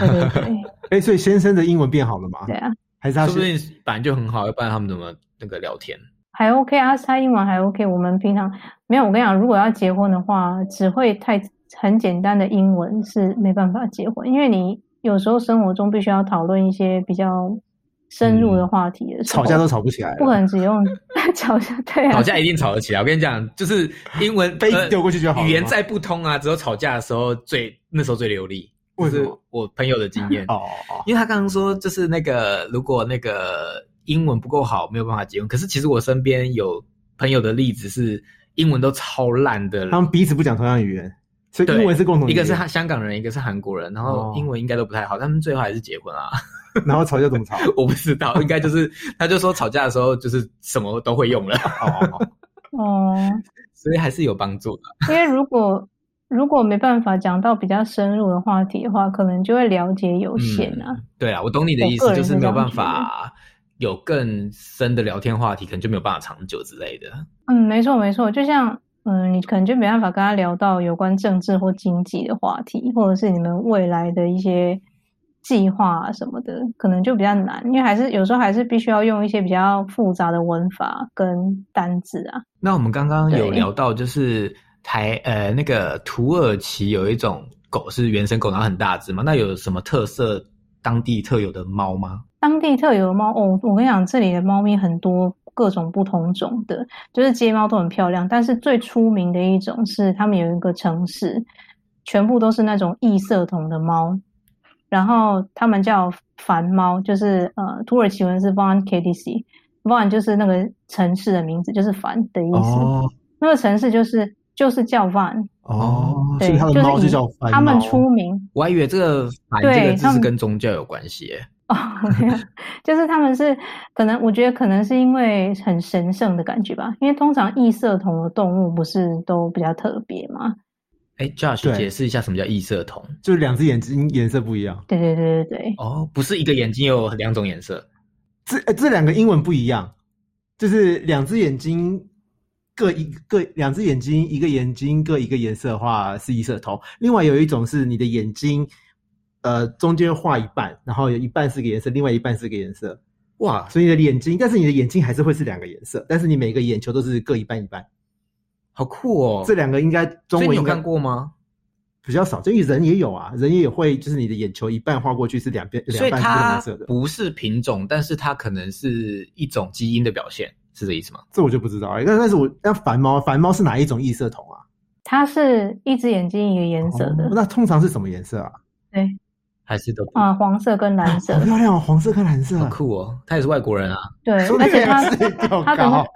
对对对，哎，所以先生的英文变好了吗对？啊。还是他说不是定本来就很好，要不然他们怎么那个聊 (laughs) 天？还 OK 啊，他英文还 OK。我们平常没有，我跟你讲，如果要结婚的话，只会太很简单的英文是没办法结婚，因为你有时候生活中必须要讨论一些比较深入的话题的时候，嗯吵架都吵不起来了，不可能只 (laughs) 用吵架，对啊吵，架一定吵得起来。我跟你讲，就是英 (laughs) 文呃杯子丢过去就好了吗语言再不通啊，只有吵架的时候最那时候最流利。为什么就是我朋友的经验， (laughs) 哦哦，因为他刚刚说就是那个如果那个英文不够好，没有办法结婚。可是其实我身边有朋友的例子是英文都超烂的人他，们彼此不讲同样语言，所以对英文是共同语一言个是他香港人，一个是韩国人，然后哦英文应该都不太好，他们最后还是结婚啊。 (laughs) 然后吵架怎么吵？我不知道，应该就是他就说吵架的时候就是什么都会用了， (laughs) 哦哦，哦哦、所以还是有帮助的。因为如果如果没办法讲到比较深入的话题的话，可能就会了解有限嗯啊。对啊，我懂你的意我思，个就人是是没这有样办法有更深的聊天话题，可能就没有办法长久之类的。嗯，没错没错，就像嗯，你可能就没办法跟他聊到有关政治或经济的话题，或者是你们未来的一些计划啊什么的，可能就比较难，因为还是有时候还是必须要用一些比较复杂的文法跟单字啊。那我们刚刚有对聊到，就是台呃那个土耳其有一种狗是原生狗，然后很大只嘛，那有什么特色？当地特有的猫吗？当地特有的猫哦，我跟你讲，这里的猫咪很多各种不同种的，就是街猫都很漂亮。但是最出名的一种是他们有一个城市，全部都是那种异色瞳的猫，然后他们叫梵猫，就是呃土耳其文是 Van k d c v a n 就是那个城市的名字，就是梵的意思。哦那个城市就是就是叫 Van，哦，所对，以他的猫就是以叫翻猫，他们出名我还以为这个“反”对这个字他是们跟宗教有关系耶。哦，没有，就是他们是可能，我觉得可能是因为很神圣的感觉吧，因为通常异色瞳的动物不是都比较特别嘛。哎，Josh 对解释一下什么叫异色瞳？就是两只眼睛颜色不一样。对对对对对，哦，不是一个眼睛有两种颜色。这呃这两个英文不一样，就是两只眼睛各一各两只眼睛一个眼睛各一个颜色的话是一色瞳，另外有一种是你的眼睛呃中间画一半，然后有一半是个颜色，另外一半是个颜色，哇，所以你的眼睛，但是你的眼睛还是会是两个颜色，但是你每个眼球都是各一半一半。好酷哦！这两个应该中所以文你有应该看过吗？比较少，因为人也有啊，人也有会就是你的眼球一半画过去是两边所两以半是不同它颜色的，不是品种，但是它可能是一种基因的表现，是这意思吗？这我就不知道了。欸但但是我那繁猫繁猫是哪一种异色瞳啊？它是一只眼睛一个颜色的哦那通常是什么颜色啊？还是都不啊、黄色跟蓝色好，漂亮哦，黄色跟蓝色好。酷哦！他也是外国人啊，对，说不而定且它是吊它的高， (laughs)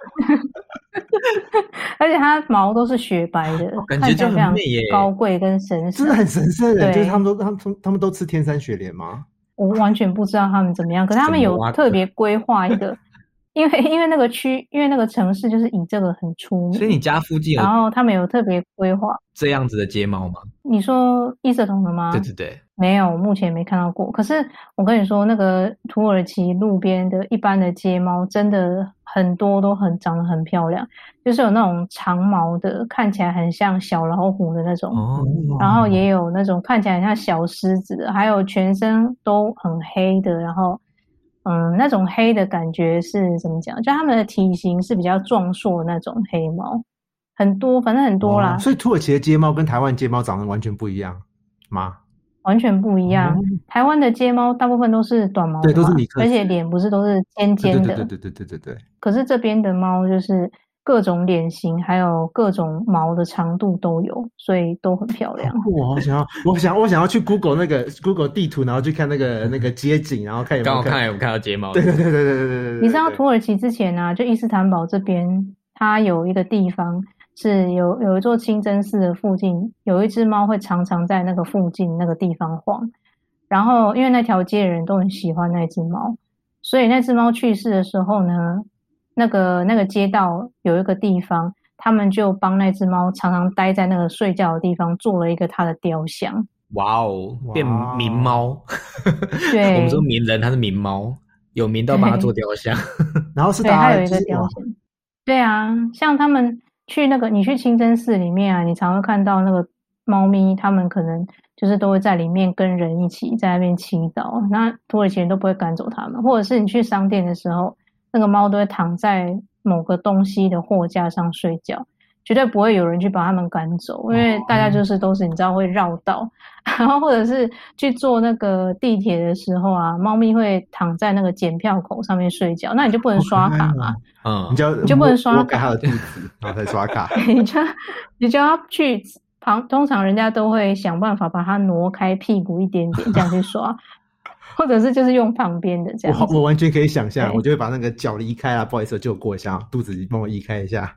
而且它毛都是雪白的，哦感觉看起就来非很常美耶。高贵跟神真圣的。很神圣的，对就是他们都他们他们他们都吃天山雪莲吗？我完全不知道他们怎么样，可是他们怎有么挖特别规划一个，因为因为那个区，因为那个城市就是以这个很出所以你名，家附近有然后他们有特别规划。这样子的街猫吗？你说异色瞳的吗？对对对，没有，目前没看到过。可是我跟你说，那个土耳其路边的一般的街猫，真的很多都很长得很漂亮，就是有那种长毛的，看起来很像小老虎的那种，哦，嗯然后也有那种看起来很像小狮子的，还有全身都很黑的，然后。嗯，那种黑的感觉是怎么讲？就它们的体型是比较壮硕的那种黑猫，很多，反正很多啦哦，所以土耳其的街猫跟台湾街猫长得完全不一样吗？完全不一样。哦台湾的街猫大部分都是短毛的嘛，对啊都是米克斯而且脸不是都是尖对尖对的。对对对对对对，可是这边的猫就是各种脸型，还有各种毛的长度都有，所以都很漂亮好。酷哦！我好想要，我想我想要去 Google 那个 Google 地图，然后去看那 (laughs) 个那个街景，然后看有没刚有好看有看到街猫，对对对对对对对对对。你知道土耳其之前啊，就伊斯坦堡这边，它有一个地方是有有一座清真寺的附近，有一只猫会常常在那个附近那个地方晃。然后因为那条街的人都很喜欢那只猫，所以那只猫去世的时候呢，那个那个街道有一个地方，他们就帮那只猫常常待在那个睡觉的地方做了一个它的雕像。哇哦，哇变名猫。对 (laughs) 我们说名人，他是名猫，有名到把它做雕 (laughs) 像。然后是对，大它家有一个就是雕像。对啊，像他们去那个，你去清真寺里面啊，你常会看到那个猫咪，他们可能就是都会在里面跟人一起在那边祈祷。那土耳其人都不会赶走他们，或者是你去商店的时候，那个猫都会躺在某个东西的货架上睡觉。绝对不会有人去把他们赶走，因为哦大家就是都是你知道会绕道，然后或者是去坐那个地铁的时候啊，猫咪会躺在那个检票口上面睡觉，那你就不能刷卡嘛， (laughs) 嗯你，就你就不能刷摸摸卡给他的地址，然后再刷卡。你就你就要去旁，通常人家都会想办法把它挪开屁股一点点，这样去刷， (laughs) 或者是就是用旁边的这样我子。哦我完全可以想象，对我就会把那个脚移开啊，不好意思，借我过一下，肚子帮我移开一下，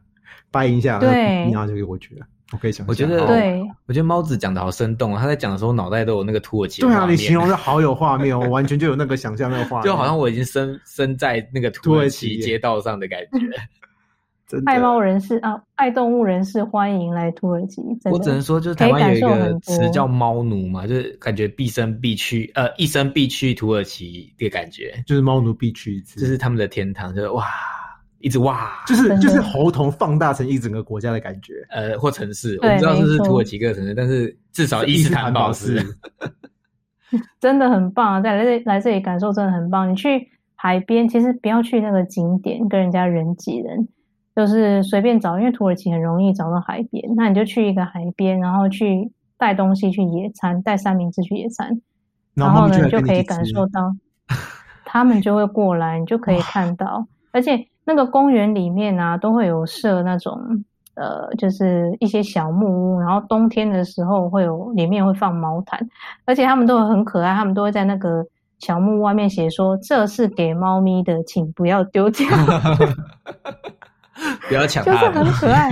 掰一下，对然后然后就给我去了。我可以想象，我觉得好对，我觉得猫子讲的好生动啊，他在讲的时候，脑袋都有那个土耳其的对画啊，你面形容的好有画面哦，我完全就有那个想象那个画 (laughs) 面，就好像我已经身身在那个土耳其土耳其街道上的感觉。真爱的猫人士啊，爱动物人士欢迎来土耳其，真我只能的。说，就是可以台湾有一感受个很多词叫“猫奴”嘛，就是感觉必生必去，呃，一生必去土耳其的感觉，就是猫奴必去一次，就是他们的天堂，就是哇，一直哇，就是真的就是喉头放大成一整个国家的感觉。呃，或城市，我对不知道是不是没错土耳其各个城市，但是至少伊伊斯斯坦坦堡堡是是，真的很棒啊！在来这来这里感受真的很棒。你去海边，其实不要去那个景点跟人家人挤人，就是随便找，因为土耳其很容易找到海边。那你就去一个海边，然后去带东西去野餐，带三明治去野餐，然后后呢就你就可以感感受到，他们就会过来，你就可以看到。而且那个公园里面啊，都会有设那种呃，就是一些小木屋，然后冬天的时候会有里面会放毛毯，而且他们都很可爱，他们都会在那个小木屋外面写说：“这是给猫咪的，请不要丢掉。” (laughs) 不要抢就是它很的。可爱。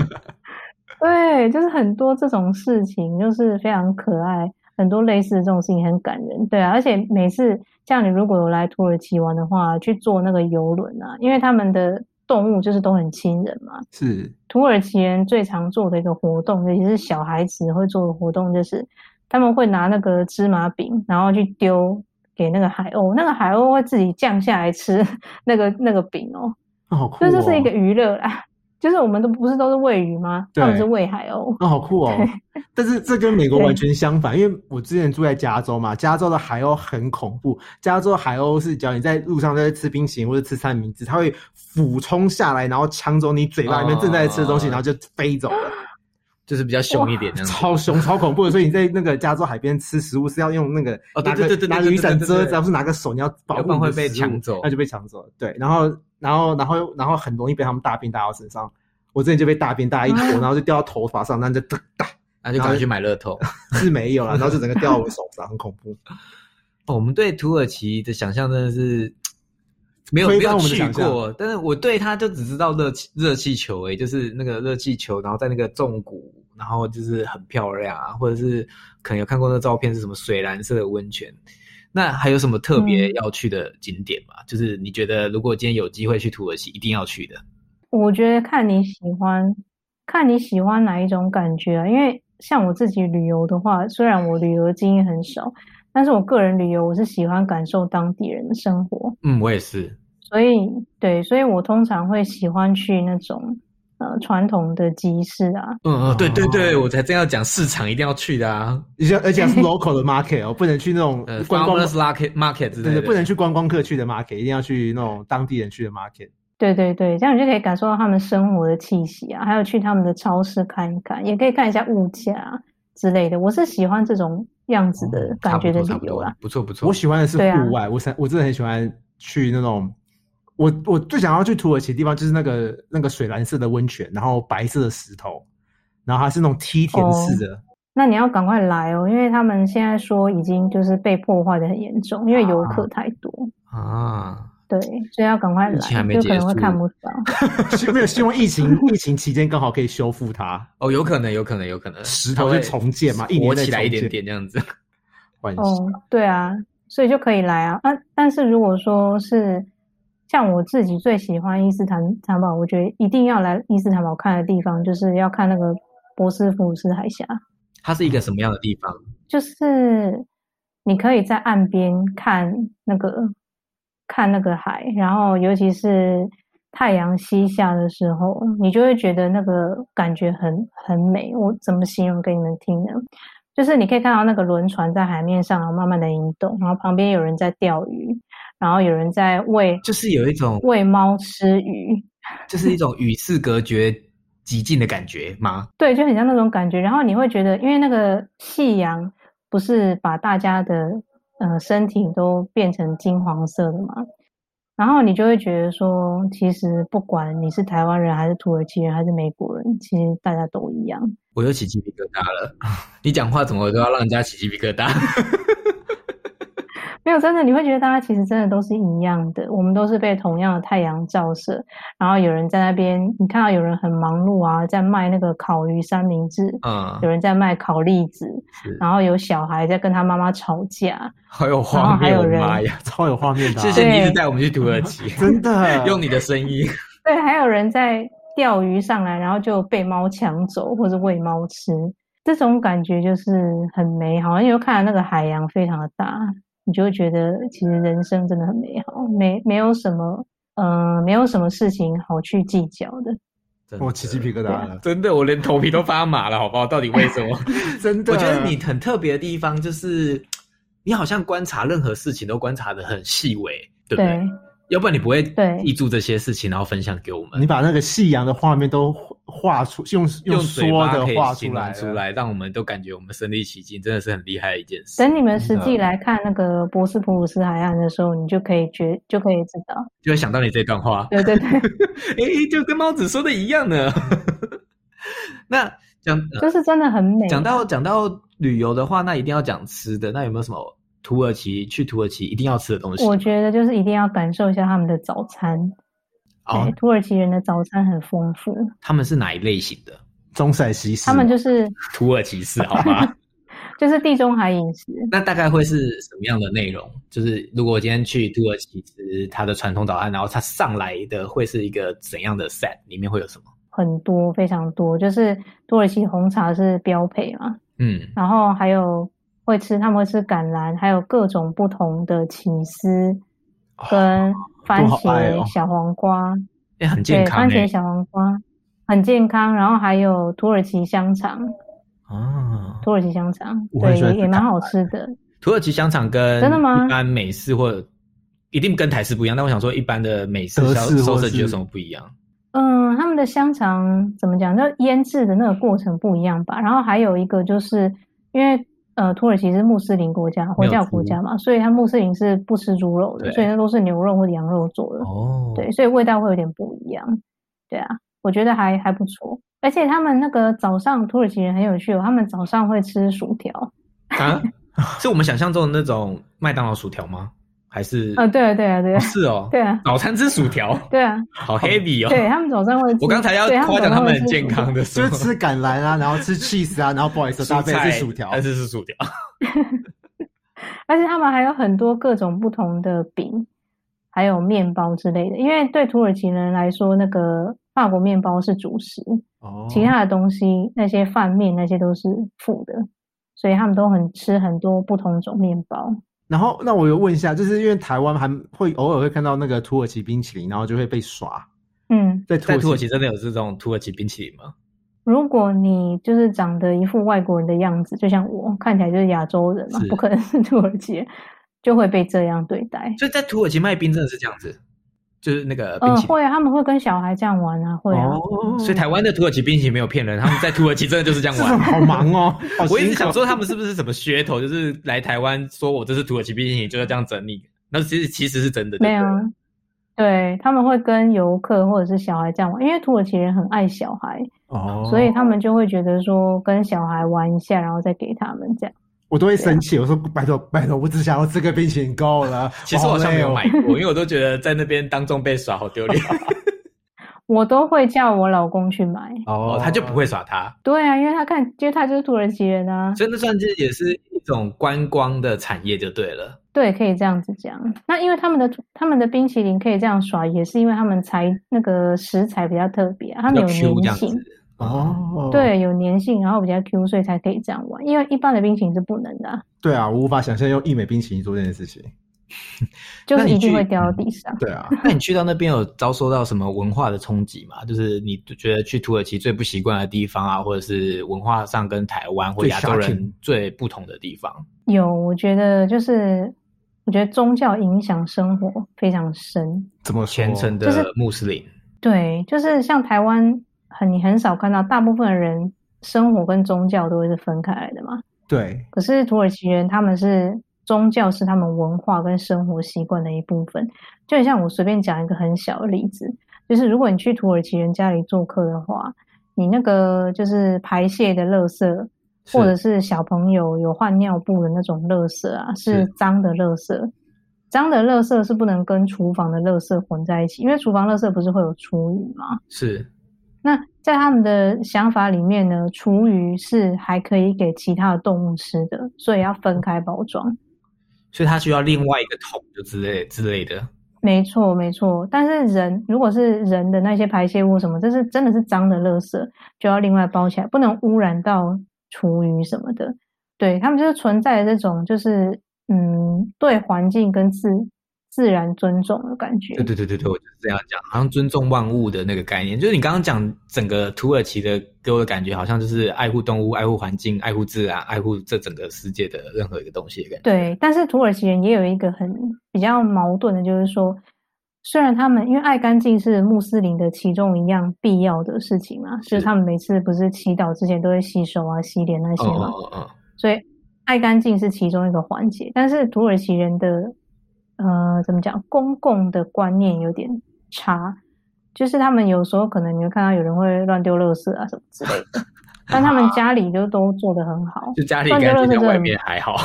对，就是很多这种事情，就是非常可爱，很多类似的这种事情很感人，对啊。而且每次像你如果有来土耳其玩的话，去坐那个游轮啊，因为他们的动物就是都很亲人嘛。是土耳其人最常做的一个活动，尤其是小孩子会做的活动，就是他们会拿那个芝麻饼，然后去丢给那个海鸥，那个海鸥会自己降下来吃 (laughs) 那个那个饼哦。那好酷所哦，以这是一个娱乐啦， (laughs) 就是我们都不是都是喂鱼吗？对他们是喂海鸥。那、好酷哦！但是这跟美国完全相反，因为我之前住在加州嘛，加州的海鸥很恐怖。加州的海鸥是，只要你在路上在吃冰淇淋或者吃三明治，它会俯冲下来，然后抢走你嘴巴里面正在吃的东西，哦然后就飞走了，就是比较凶一点这样子。 (laughs) 超凶、超恐怖的。所以你在那个加州海边吃食物是要用那个哦对拿对个对对拿对雨伞对对对遮对着，不是拿个手，你要保要护不然你会的被食物抢走那就被抢走了。对，然后然后然后然后很容易被他们大便打到身上。我之前就被大便大一坨，啊然后就掉到头发上，那就哒哒。那就赶快去买乐透。是没 (laughs) 有啦，然后就整个掉到我手上，很恐怖。哦，我们对土耳其的想象真的是没有没推翻有我们去的想象过，但是我对它就只知道热气热气球、欸，就是那个热气球，然后在那个纵谷，然后就是很漂亮啊，或者是可能有看过那照片是什么水蓝色的温泉。那还有什么特别嗯要去的景点吗？就是你觉得如果今天有机会去土耳其，一定要去的？我觉得看你喜欢，看你喜欢哪一种感觉啊。因为像我自己旅游的话，虽然我旅游的经验很少，但是我个人旅游我是喜欢感受当地人的生活，嗯，我也是。所以对，所以我通常会喜欢去那种呃传统的集市啊，嗯嗯，对对对，哦我才正要讲市场一定要去的啊，而且而且 (laughs) 还是 local 的 market 哦，不能去那种呃观光， ，farmers market market 之对类对，的，不能去观光客去的 market，一定要去那种当地人去的 market。对对对，这样你就可以感受到他们生活的气息啊，还有去他们的超市看一看，也可以看一下物价啊之类的。我是喜欢这种样子的哦感觉的差不理由多啦。，不错不错。我喜欢的是对啊户外，我想我真的很喜欢去那种。我我最想要去土耳其的地方就是那个那个水蓝色的温泉，然后白色的石头，然后它是那种梯田式的，那你要赶快来哦，因为他们现在说已经就是被破坏的很严重，因为游客太多，啊，对，所以要赶快疫来，情还没就结可能会束看不到。希 (laughs) 没有希望疫情 (laughs) 疫情期间刚好可以修复它，哦，有可能，有可能，有可能，石头就重建嘛，一活年再起来一重点建，点这样子。换一哦，对啊，所以就可以来啊。啊，但是如果说是像我自己最喜欢伊斯坦坦堡，我觉得一定要来伊斯坦堡看的地方，就是要看那个博斯普鲁斯海峡，它是一个什么样的地方？嗯就是你可以在岸边看那个看那个海，然后尤其是太阳西下的时候，你就会觉得那个感觉很很美。我怎么形容给你们听呢？就是你可以看到那个轮船在海面上，然后慢慢的移动，然后旁边有人在钓鱼，然后有人在喂就是有一种，喂猫吃鱼，就是一种与世隔绝极尽的感觉吗？对，就很像那种感觉。然后你会觉得，因为那个夕阳不是把大家的呃身体都变成金黄色的嘛，然后你就会觉得说，其实不管你是台湾人还是土耳其人还是美国人，其实大家都一样。我又起鸡皮疙瘩了。啊你讲话怎么都要让人家起鸡皮疙 (laughs) 瘩？没有，真的你会觉得大家其实真的都是一样的，我们都是被同样的太阳照射。然后有人在那边，你看到有人很忙碌啊，在卖那个烤鱼三明治，嗯有，人在卖烤栗子，是然后有小孩在跟他妈妈吵架，好有然画后还面，有我的人妈呀！超有画面的啊、谢谢你一直对带我们去土耳其， (laughs) 真 (laughs) 的用你的声 (laughs) 音。对，还有人在钓鱼上来，然后就被猫抢走或者喂猫吃，这种感觉就是很美好。因为看了那个海洋非常的大，你就会觉得其实人生真的很美好，没没有什么。嗯、没有什么事情好去计较的。我起鸡皮疙瘩了，真的，我连头皮都发麻了，好不好？到底为什 (laughs) 么？真的。我觉得你很特别的地方就是，你好像观察任何事情都观察的很细微，对不对？对要不然你不会对记住这些事情，然后分享给我们你。把那个夕阳的画面都画出，用用嘴说巴的可以画形容出来出了，来，让我们都感觉我们身临其境，真的是很厉害的一件事。等你们实真的际来看那个博斯普鲁斯海岸的时候，你就可以觉就可以知道。就会想到你这段话， (laughs) 对对对，哎、就跟猫子说的一样呢。 (laughs) 那讲呃就是真的很美。讲到讲到旅游的话，那一定要讲吃的。那有没有什么土耳其去土耳其一定要吃的东西？我觉得就是一定要感受一下他们的早餐。哦对，，土耳其人的早餐很丰富，他们是哪一类型的？中陕西式他们就是土耳其式，好 (laughs) 吗？就是地中海饮食。那大概会是什么样的内容？就是如果我今天去土耳其吃它的传统早餐，然后它上来的会是一个怎样的 set？里面会有什么？很多，非常多，就是土耳其红茶是标配嘛，嗯，然后还有会吃，他们会吃橄榄，还有各种不同的起司跟番多哦好爱哦茄、小黄瓜，哎、很健对，康番欸哎、茄小黄瓜很健康，然后还有土耳其香肠，啊，土耳其香肠，我很对，喜欢也吃也蛮橄好吃的，土耳其香肠跟真的吗一般美式或者一定跟台式不一样，但我想说，一般的美式德消式收或视是有什么不一样？嗯，他们的香肠怎么讲？就腌制的那个过程不一样吧。然后还有一个就是因为呃，土耳其是穆斯林国家、没回有教国猪家嘛，所以他穆斯林是不吃猪肉的，所对以那都是牛肉或者羊肉做的。哦，对，所以味道会有点不一样。对啊，我觉得还还不错。而且他们那个早上，土耳其人很有趣哦，他们早上会吃薯条。啊，是我们想象中的那种麦当劳薯条吗？还是啊，对啊，对啊，对哦啊，是哦，对啊，早餐吃薯条，对啊，好 heavy 哦。对他们早上会吃。 (laughs) 我刚才要对夸奖他早上们会很吃健薯条康的时 (laughs) 就候，是吃橄榄啊，然后吃 cheese 啊，然后不好意思，(laughs) 搭蔬配菜是薯条，但是是薯条。而且他们还有很多各种不同的饼，还有面包之类的。因为对土耳其人来说，那个法国面包是主食，哦其他的东西那些饭面那些都是副的，所以他们都很吃很多不同种面包。然后，那我有问一下，就是因为台湾还会偶尔会看到那个土耳其冰淇淋，然后就会被耍，嗯，在土在耳土耳其其真的有这种土耳其冰淇淋吗？如果你就是长得一副外国人的样子，就像我看起来就是亚洲人嘛是，不可能是土耳其人，就会被这样对待。所以在土耳其卖冰真的是这样子，就是那个冰嗯，淇淋。会啊，他们会跟小孩这样玩啊，会啊。哦，所以台湾的土耳其冰淇淋没有骗人，他们在土耳其真的就是这样这种玩。好 (laughs) 忙哦，好辛苦我一直想说他们是不是什么噱头，就是来台湾说我这是土耳其冰淇淋，就是这样整你。那其实其实是真的，没有，对，他们会跟游客或者是小孩这样玩，因为土耳其人很爱小孩，哦，所以他们就会觉得说跟小孩玩一下，然后再给他们这样。我都会生气，我说拜托拜托，我只想要这个冰淇淋够了。其实我好像没有我好买累哦，过，因为我都觉得在那边当众被耍好丢脸。我都会叫我老公去买， (laughs) 哦，他就不会耍他，对啊，因为他看，因为他就是土耳其人啊，所以那算是也是一种观光的产业就对了。对，可以这样子讲。那因为他们的他们的冰淇淋可以这样耍，也是因为他们材那个食材比较特别啊，他要们有 Q 这粘样子性，哦，对，有粘性，然后比较 Q，所以才可以这样玩。因为一般的冰淇淋是不能的啊，对啊，我无法想象用一美冰淇淋做这件事情。就那是你一定去会掉到地上。对啊，那你去到那边有遭受到什么文化的冲击吗？就是你觉得去土耳其最不习惯的地方啊，或者是文化上跟台湾或最亚洲人 shocking 最不同的地方？有，我觉得就是，我觉得宗教影响生活非常深。怎么说虔诚就的是穆斯林，对，就是像台湾，很你很少看到，大部分人生活跟宗教都会是分开来的嘛。对，可是土耳其人他们是宗教是他们文化跟生活习惯的一部分。就很像我随便讲一个很小的例子，就是如果你去土耳其人家里做客的话，你那个就是排泄的垃圾，是或者是小朋友有换尿布的那种垃圾啊，是是脏的垃圾。脏的垃圾是不能跟厨房的垃圾混在一起，因为厨房垃圾不是会有厨余吗？是那在他们的想法里面呢，厨余是还可以给其他的动物吃的，所以要分开包装。所以它需要另外一个桶就之类之类的。没错，没错。但是人如果是人的那些排泄物什么，这是真的是脏的垃圾，就要另外包起来，不能污染到厨余什么的。对他们就是存在这种就是嗯，对环境跟自自然尊重的感觉。对对对对对，我就是这样讲，好像尊重万物的那个概念，就是你刚刚讲整个土耳其的给我的感觉，好像就是爱护动物、爱护环境、爱护自然、爱护这整个世界的任何一个东西的感觉。对，但是土耳其人也有一个很比较矛盾的，就是说，虽然他们因为爱干净是穆斯林的其中一样必要的事情嘛，就是是他们每次不是祈祷之前都会洗手啊、洗脸那些哦嘛，哦哦哦，所以爱干净是其中一个环节。但是土耳其人的呃怎么讲，公共的观念有点差，就是他们有时候可能你会看到有人会乱丢垃圾啊什么之类的，但他们家里就都做得很好。就家里但干净，是垃圾在真的外很面还 (laughs) 好。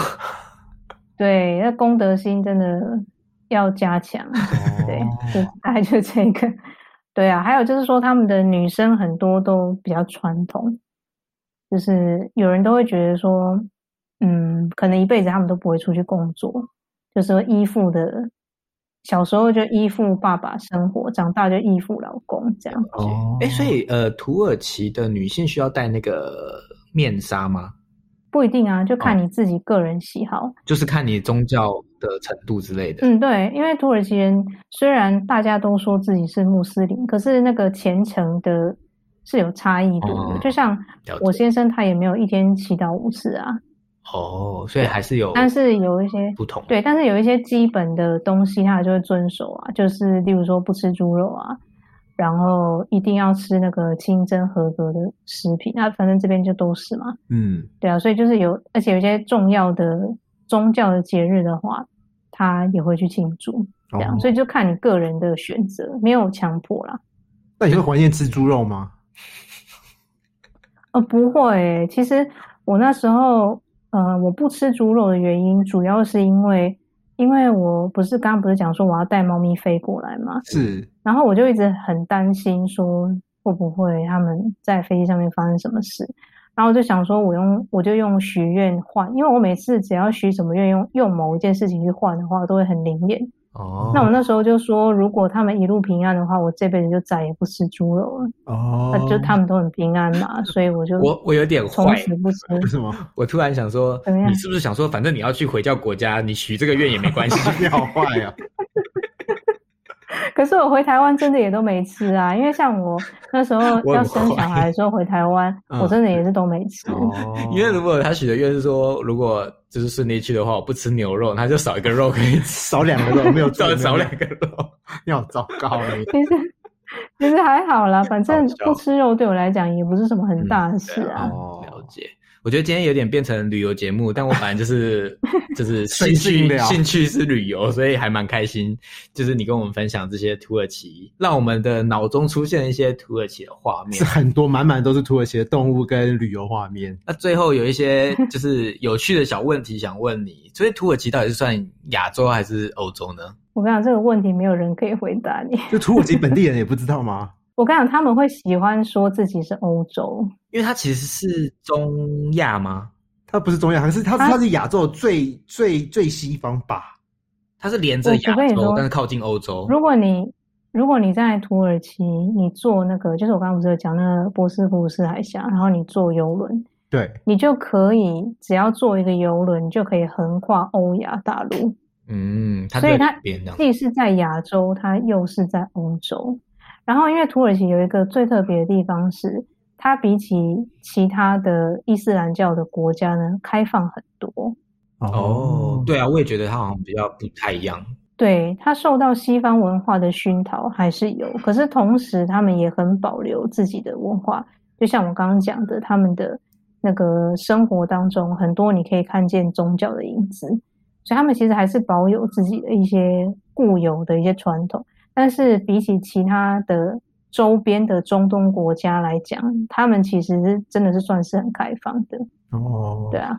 对，那公德心真的要加强。哦对，哦就大概就这个。对啊，还有就是说，他们的女生很多都比较传统，就是有人都会觉得说，嗯，可能一辈子他们都不会出去工作，就是说依附的，小时候就依附爸爸生活，长大就依附老公这样。哦哎、所以呃，土耳其的女性需要戴那个面纱吗？不一定啊，就看哦你自己个人喜好。就是看你宗教的程度之类的。嗯，对，因为土耳其人虽然大家都说自己是穆斯林，可是那个虔诚的是有差异度的。哦就像了我解先生他也没有一天祈祷五次啊，哦，所以还是有，但是有一些不同。对，但是有一些基本的东西他就会遵守啊，就是例如说不吃猪肉啊，然后一定要吃那个清真合格的食品。那反正这边就都是嘛，嗯，对啊，所以就是有，而且有一些重要的宗教的节日的话，他也会去庆祝。这样，哦所以就看你个人的选择，没有强迫啦。那你会怀念吃猪肉吗？呃，不会欸、其实我那时候，呃，我不吃猪肉的原因，主要是因为，因为我不是刚刚不是讲说我要带猫咪飞过来嘛，是然后我就一直很担心说会不会他们在飞机上面发生什么事，然后我就想说我用我就用许愿换，因为我每次只要许什么愿用用某一件事情去换的话，都会很灵验。哦，那我那时候就说，如果他们一路平安的话，我这辈子就再也不吃猪肉了。哦那、，就他们都很平安嘛，所以我就我我有点从坏，此不吃。为 (laughs) 什么？ (laughs) 我突然想说怎么，样你是不是想说，反正你要去回教国家，你许这个愿也没关 (laughs) 系？你好坏啊！可是我回台湾真的也都没吃啊，因为 (laughs) 像我那时候我要很生小孩的时候回台湾，嗯我真的也是都没吃。哦因为如果他许的愿是说，如果就是顺利去的话，我不吃牛肉，他就少一个肉可以 (laughs) 吃，少两个肉，没有猪少 (laughs) 少，没有两个肉。你好糟糕啊！你其实其实还好啦，反正好笑嗯不吃肉对我来讲也不是什么很大的事啊。哦了解。我觉得今天有点变成旅游节目，但我本来就是 (laughs) 就是兴随性趣聊兴趣是旅游，所以还蛮开心。就是你跟我们分享这些土耳其，让我们的脑中出现一些土耳其的画面 (laughs) 是。很多满满都是土耳其的动物跟旅游画面。那最后有一些就是有趣的小问题想问你，所以土耳其到底是算亚洲还是欧洲呢？我跟你讲这个问题，没有人可以回答你。就土耳其本地人也不知道吗？我跟你讲，他们会喜欢说自己是欧洲，因为它其实是中亚吗？它不是中亚，它是它是它是亚洲最最最西方吧？它是连着亚我跟你洲说，但是靠近欧洲。如果你如果你在土耳其，你坐那个就是我刚刚不是有讲那个博斯普鲁斯海峡，然后你坐游轮，对，你就可以只要坐一个游轮，你就可以横跨欧亚大陆。嗯，它所以在它边这样子。既是在亚洲，它又是在欧洲。然后，因为土耳其有一个最特别的地方是，它比起其他的伊斯兰教的国家呢，开放很多。哦哦哦，，对啊，我也觉得它好像比较不太一样。对他受到西方文化的熏陶还是有，可是同时他们也很保留自己的文化，就像我刚刚讲的，他们的那个生活当中很多你可以看见宗教的影子，所以他们其实还是保有自己的一些固有的一些传统，但是比起其他的周边的中东国家来讲，他们其实是真的是算是很开放的，哦，对啊，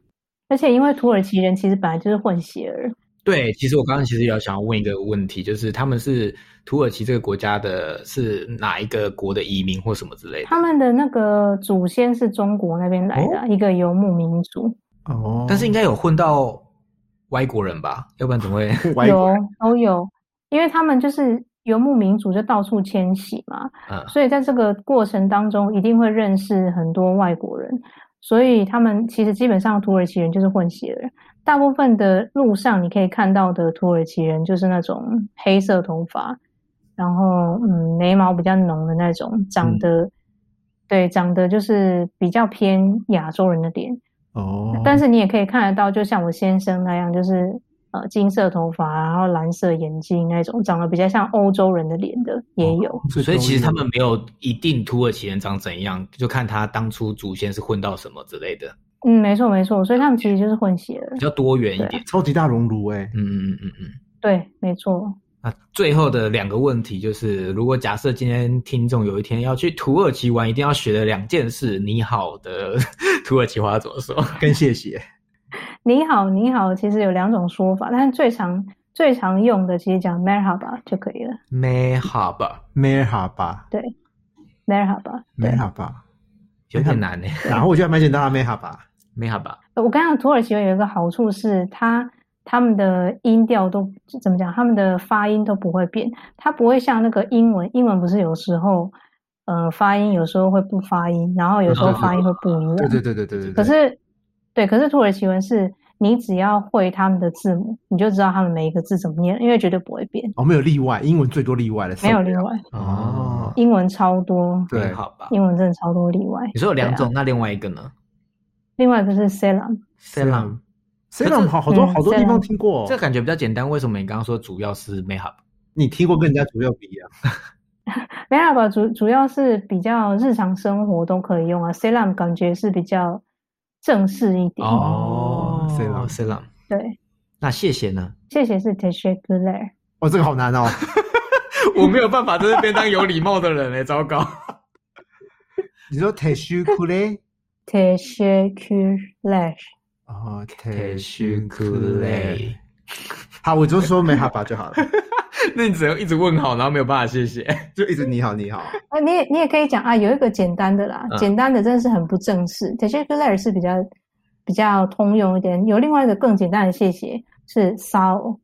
而且因为土耳其人其实本来就是混血儿，对，其实我刚刚其实也想要问一个问题，就是他们是土耳其这个国家的是哪一个国的移民或什么之类的？他们的那个祖先是中国那边来的啊、一个游牧民族，哦，但是应该有混到外国人吧，要不然怎么会？外国有都有，因为他们就是游牧民族，就到处迁徙啊嘛，嗯，所以在这个过程当中，一定会认识很多外国人，所以他们其实基本上土耳其人就是混血儿。大部分的路上你可以看到的土耳其人就是那种黑色头发，然后嗯眉毛比较浓的那种，嗯长得、对长得就是比较偏亚洲人的脸，哦，但是你也可以看得到，就像我先生那样，就是呃金色头发，然后蓝色眼睛那种，长得比较像欧洲人的脸的也有。 (laughs) 是所以其实都他有们没有一定土耳其人长怎样，就看他当初祖先是混到什么之类的，嗯，没错没错，所以他们其实就是混血儿比。较多元一点。超级大熔炉哎，嗯嗯嗯嗯。对，没错。那最后的两个问题就是，如果假设今天听众有一天要去土耳其玩，一定要学的两件事，你好的 (laughs) 土耳其话怎么说？跟谢谢你好，你好，其实有两种说法，但是最常最常用的其实讲 merhaba 就可以了美好吧， merhaba ，merhaba。对，啊 merhaba，有点难呢。然后我觉得还蛮简单的啊 merhaba，美好吧，我刚刚土耳其文有一个好处是，它他们的音调都怎么讲？他们的发音都不会变，它不会像那个英文，英文不是有时候呃发音有时候会不发音，然后有时候发音会不一样。嗯对对对对对对，对可是，对，可是土耳其文是你只要会他们的字母，你就知道他们每一个字怎么念，因为绝对不会变，哦没有例外，英文最多例外了，没有例外。哦，英文超多，啊对美好吧。英文真的超多例外。你说有两对啊，种，那另外一个呢另外一个是 selam， ？Selam， Salem 好好多嗯好多地 Salem 方听过哦，这感觉比较简单。为什么你刚刚说主要是美好？你听过跟人家左右不一样， m e r a b a 主主要是比较日常生活都可以用啊，selam 感觉是比较正式一点。哦 Selam ，Selam，Selam。对，那谢谢呢？谢谢是 t e s h e k u l e r 哦这个好 (laughs) 难哦， (laughs) 我没有办法在这边当有礼貌的人哎、 (laughs) 糟糕。你说 t e s h u k u l e t e s h e k u l e r 哦 t e s h u k u l e Teshukule，好，我就说 merhaba 就好 (laughs) 了，那你只能一直问好，然后没有办法谢谢。就一直你好你好，啊，你也你也可以讲啊，有一个简单的啦，嗯简单的真的是很不正式。t e s h e k u l e r 是比较比较通用一点，有另外一个更简单的谢谢是 sao，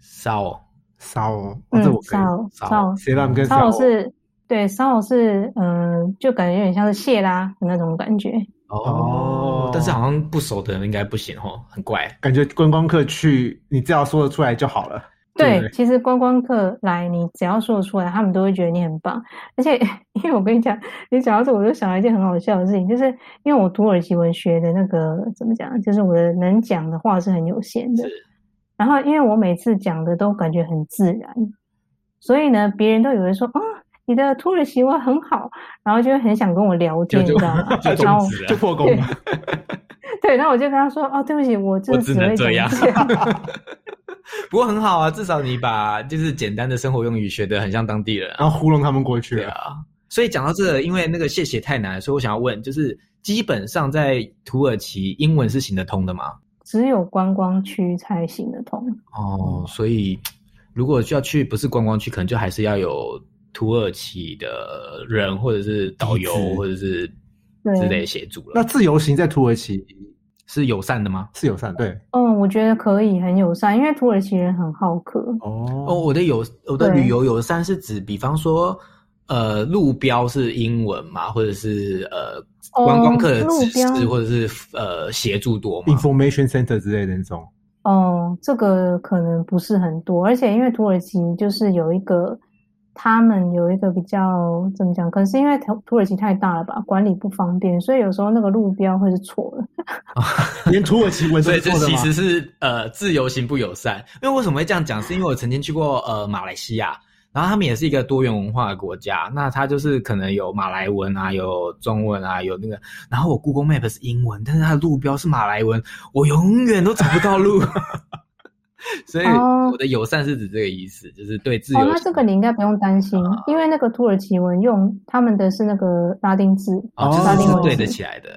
骚骚哦，哦嗯这我可以 sao 骚 sao。 ，Salem 跟骚扰 Salem 是，对，骚扰是，嗯、就感觉有点像是谢啦的那种感觉。哦但是好像不熟的人应该不行哦，很怪。感觉观光客去，你只要说得出来就好了。对，对其实观光客来，你只要说得出来，他们都会觉得你很棒。而且， (laughs) 因为我跟你讲，你讲到这，我就想到一件很好笑的事情，就是因为我土耳其文学的那个怎么讲，就是我的能讲的话是很有限的。然后，因为我每次讲的都感觉很自然，所以呢，别人都以为说啊、你的土耳其话很好，然后就会很想跟我聊就天，(laughs) 你就？知道吗就然终后止就了。破功了。 (laughs) 对，然后我就跟他说：“哦，对不起，我真我的只只能会这讲样这 (laughs) 样。 (laughs) 不过很好啊，至少你把就是简单的生活用语学得很像当地人啊。然后糊弄他们过去对了。啊，所以讲到这，因为那个谢谢太难了，所以我想要问，就是基本上在土耳其英文是行得通的吗？只有观光区才行得通。哦，所以如果需要去不是观光区，可能就还是要有土耳其的人或者是导游机制或者是对之类协助那了。自由行在土耳其是友善的吗？是友善，对嗯，我觉得可以很友善，因为土耳其人很好客。哦，哦我的友我的对旅游友善是指，比方说，呃，路标是英文嘛，或者是呃哦观光客的路指示，标或者是呃协助多嘛？ ，information center 之类的那种。嗯哦、这个可能不是很多，而且因为土耳其就是有一个他们有一个比较怎么讲？可能是因为土土耳其太大了吧，管理不方便，所以有时候那个路标会是错的。 (laughs) 连土耳其文所是以这错的其吗？实是呃自由行不友善。因为为什么会这样讲？是因为我曾经去过呃马来西亚，然后他们也是一个多元文化的国家，那它就是可能有马来文啊，有中文啊，有那个。然后我 Google Map 是英文，但是它的路标是马来文，我永远都找不到路。 (laughs) 所以哦我的友善是指这个意思，就是对自由啊哦，行。那这个你应该不用担心，因为那个土耳其文用他们的是那个拉丁字，哦，拉就丁是文是对字得起来的。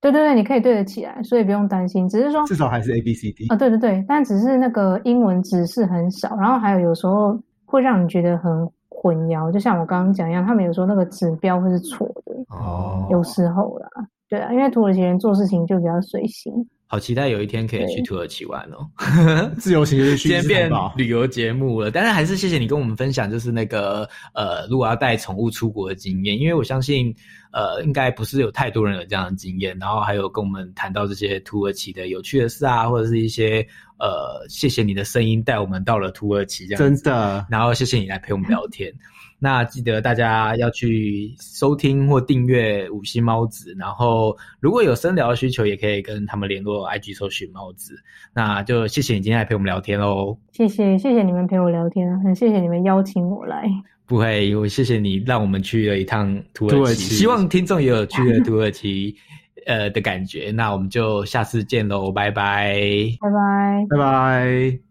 对对对，你可以对得起来，所以不用担心。只是说至少还是 A B C D 啊、。对对对，但只是那个英文指示很少，然后还有有时候会让你觉得很混淆，就像我刚刚讲一样，他们有时候那个指标会是错的，哦有时候啦，对啊，因为土耳其人做事情就比较随性。好期待有一天可以对去土耳其玩哦。自由行就是去今天伊斯坦变堡旅游节目了，但是还是谢谢你跟我们分享，就是那个呃，如果要带宠物出国的经验，因为我相信呃，应该不是有太多人有这样的经验，然后还有跟我们谈到这些土耳其的有趣的事啊，或者是一些呃，谢谢你的声音带我们到了土耳其这样子真的然后谢谢你来陪我们聊天。那记得大家要去收听或订阅五星猫子，然后如果有深聊的需求，也可以跟他们联络 IG 搜寻猫子。那就谢谢你今天来陪我们聊天喽，谢谢谢谢你们陪我聊天，很谢谢你们邀请我来。不会，我谢谢你让我们去了一趟土耳其，土耳其希望听众也有去了土耳其呃的感觉。那我们就下次见喽，拜拜。拜拜。拜拜。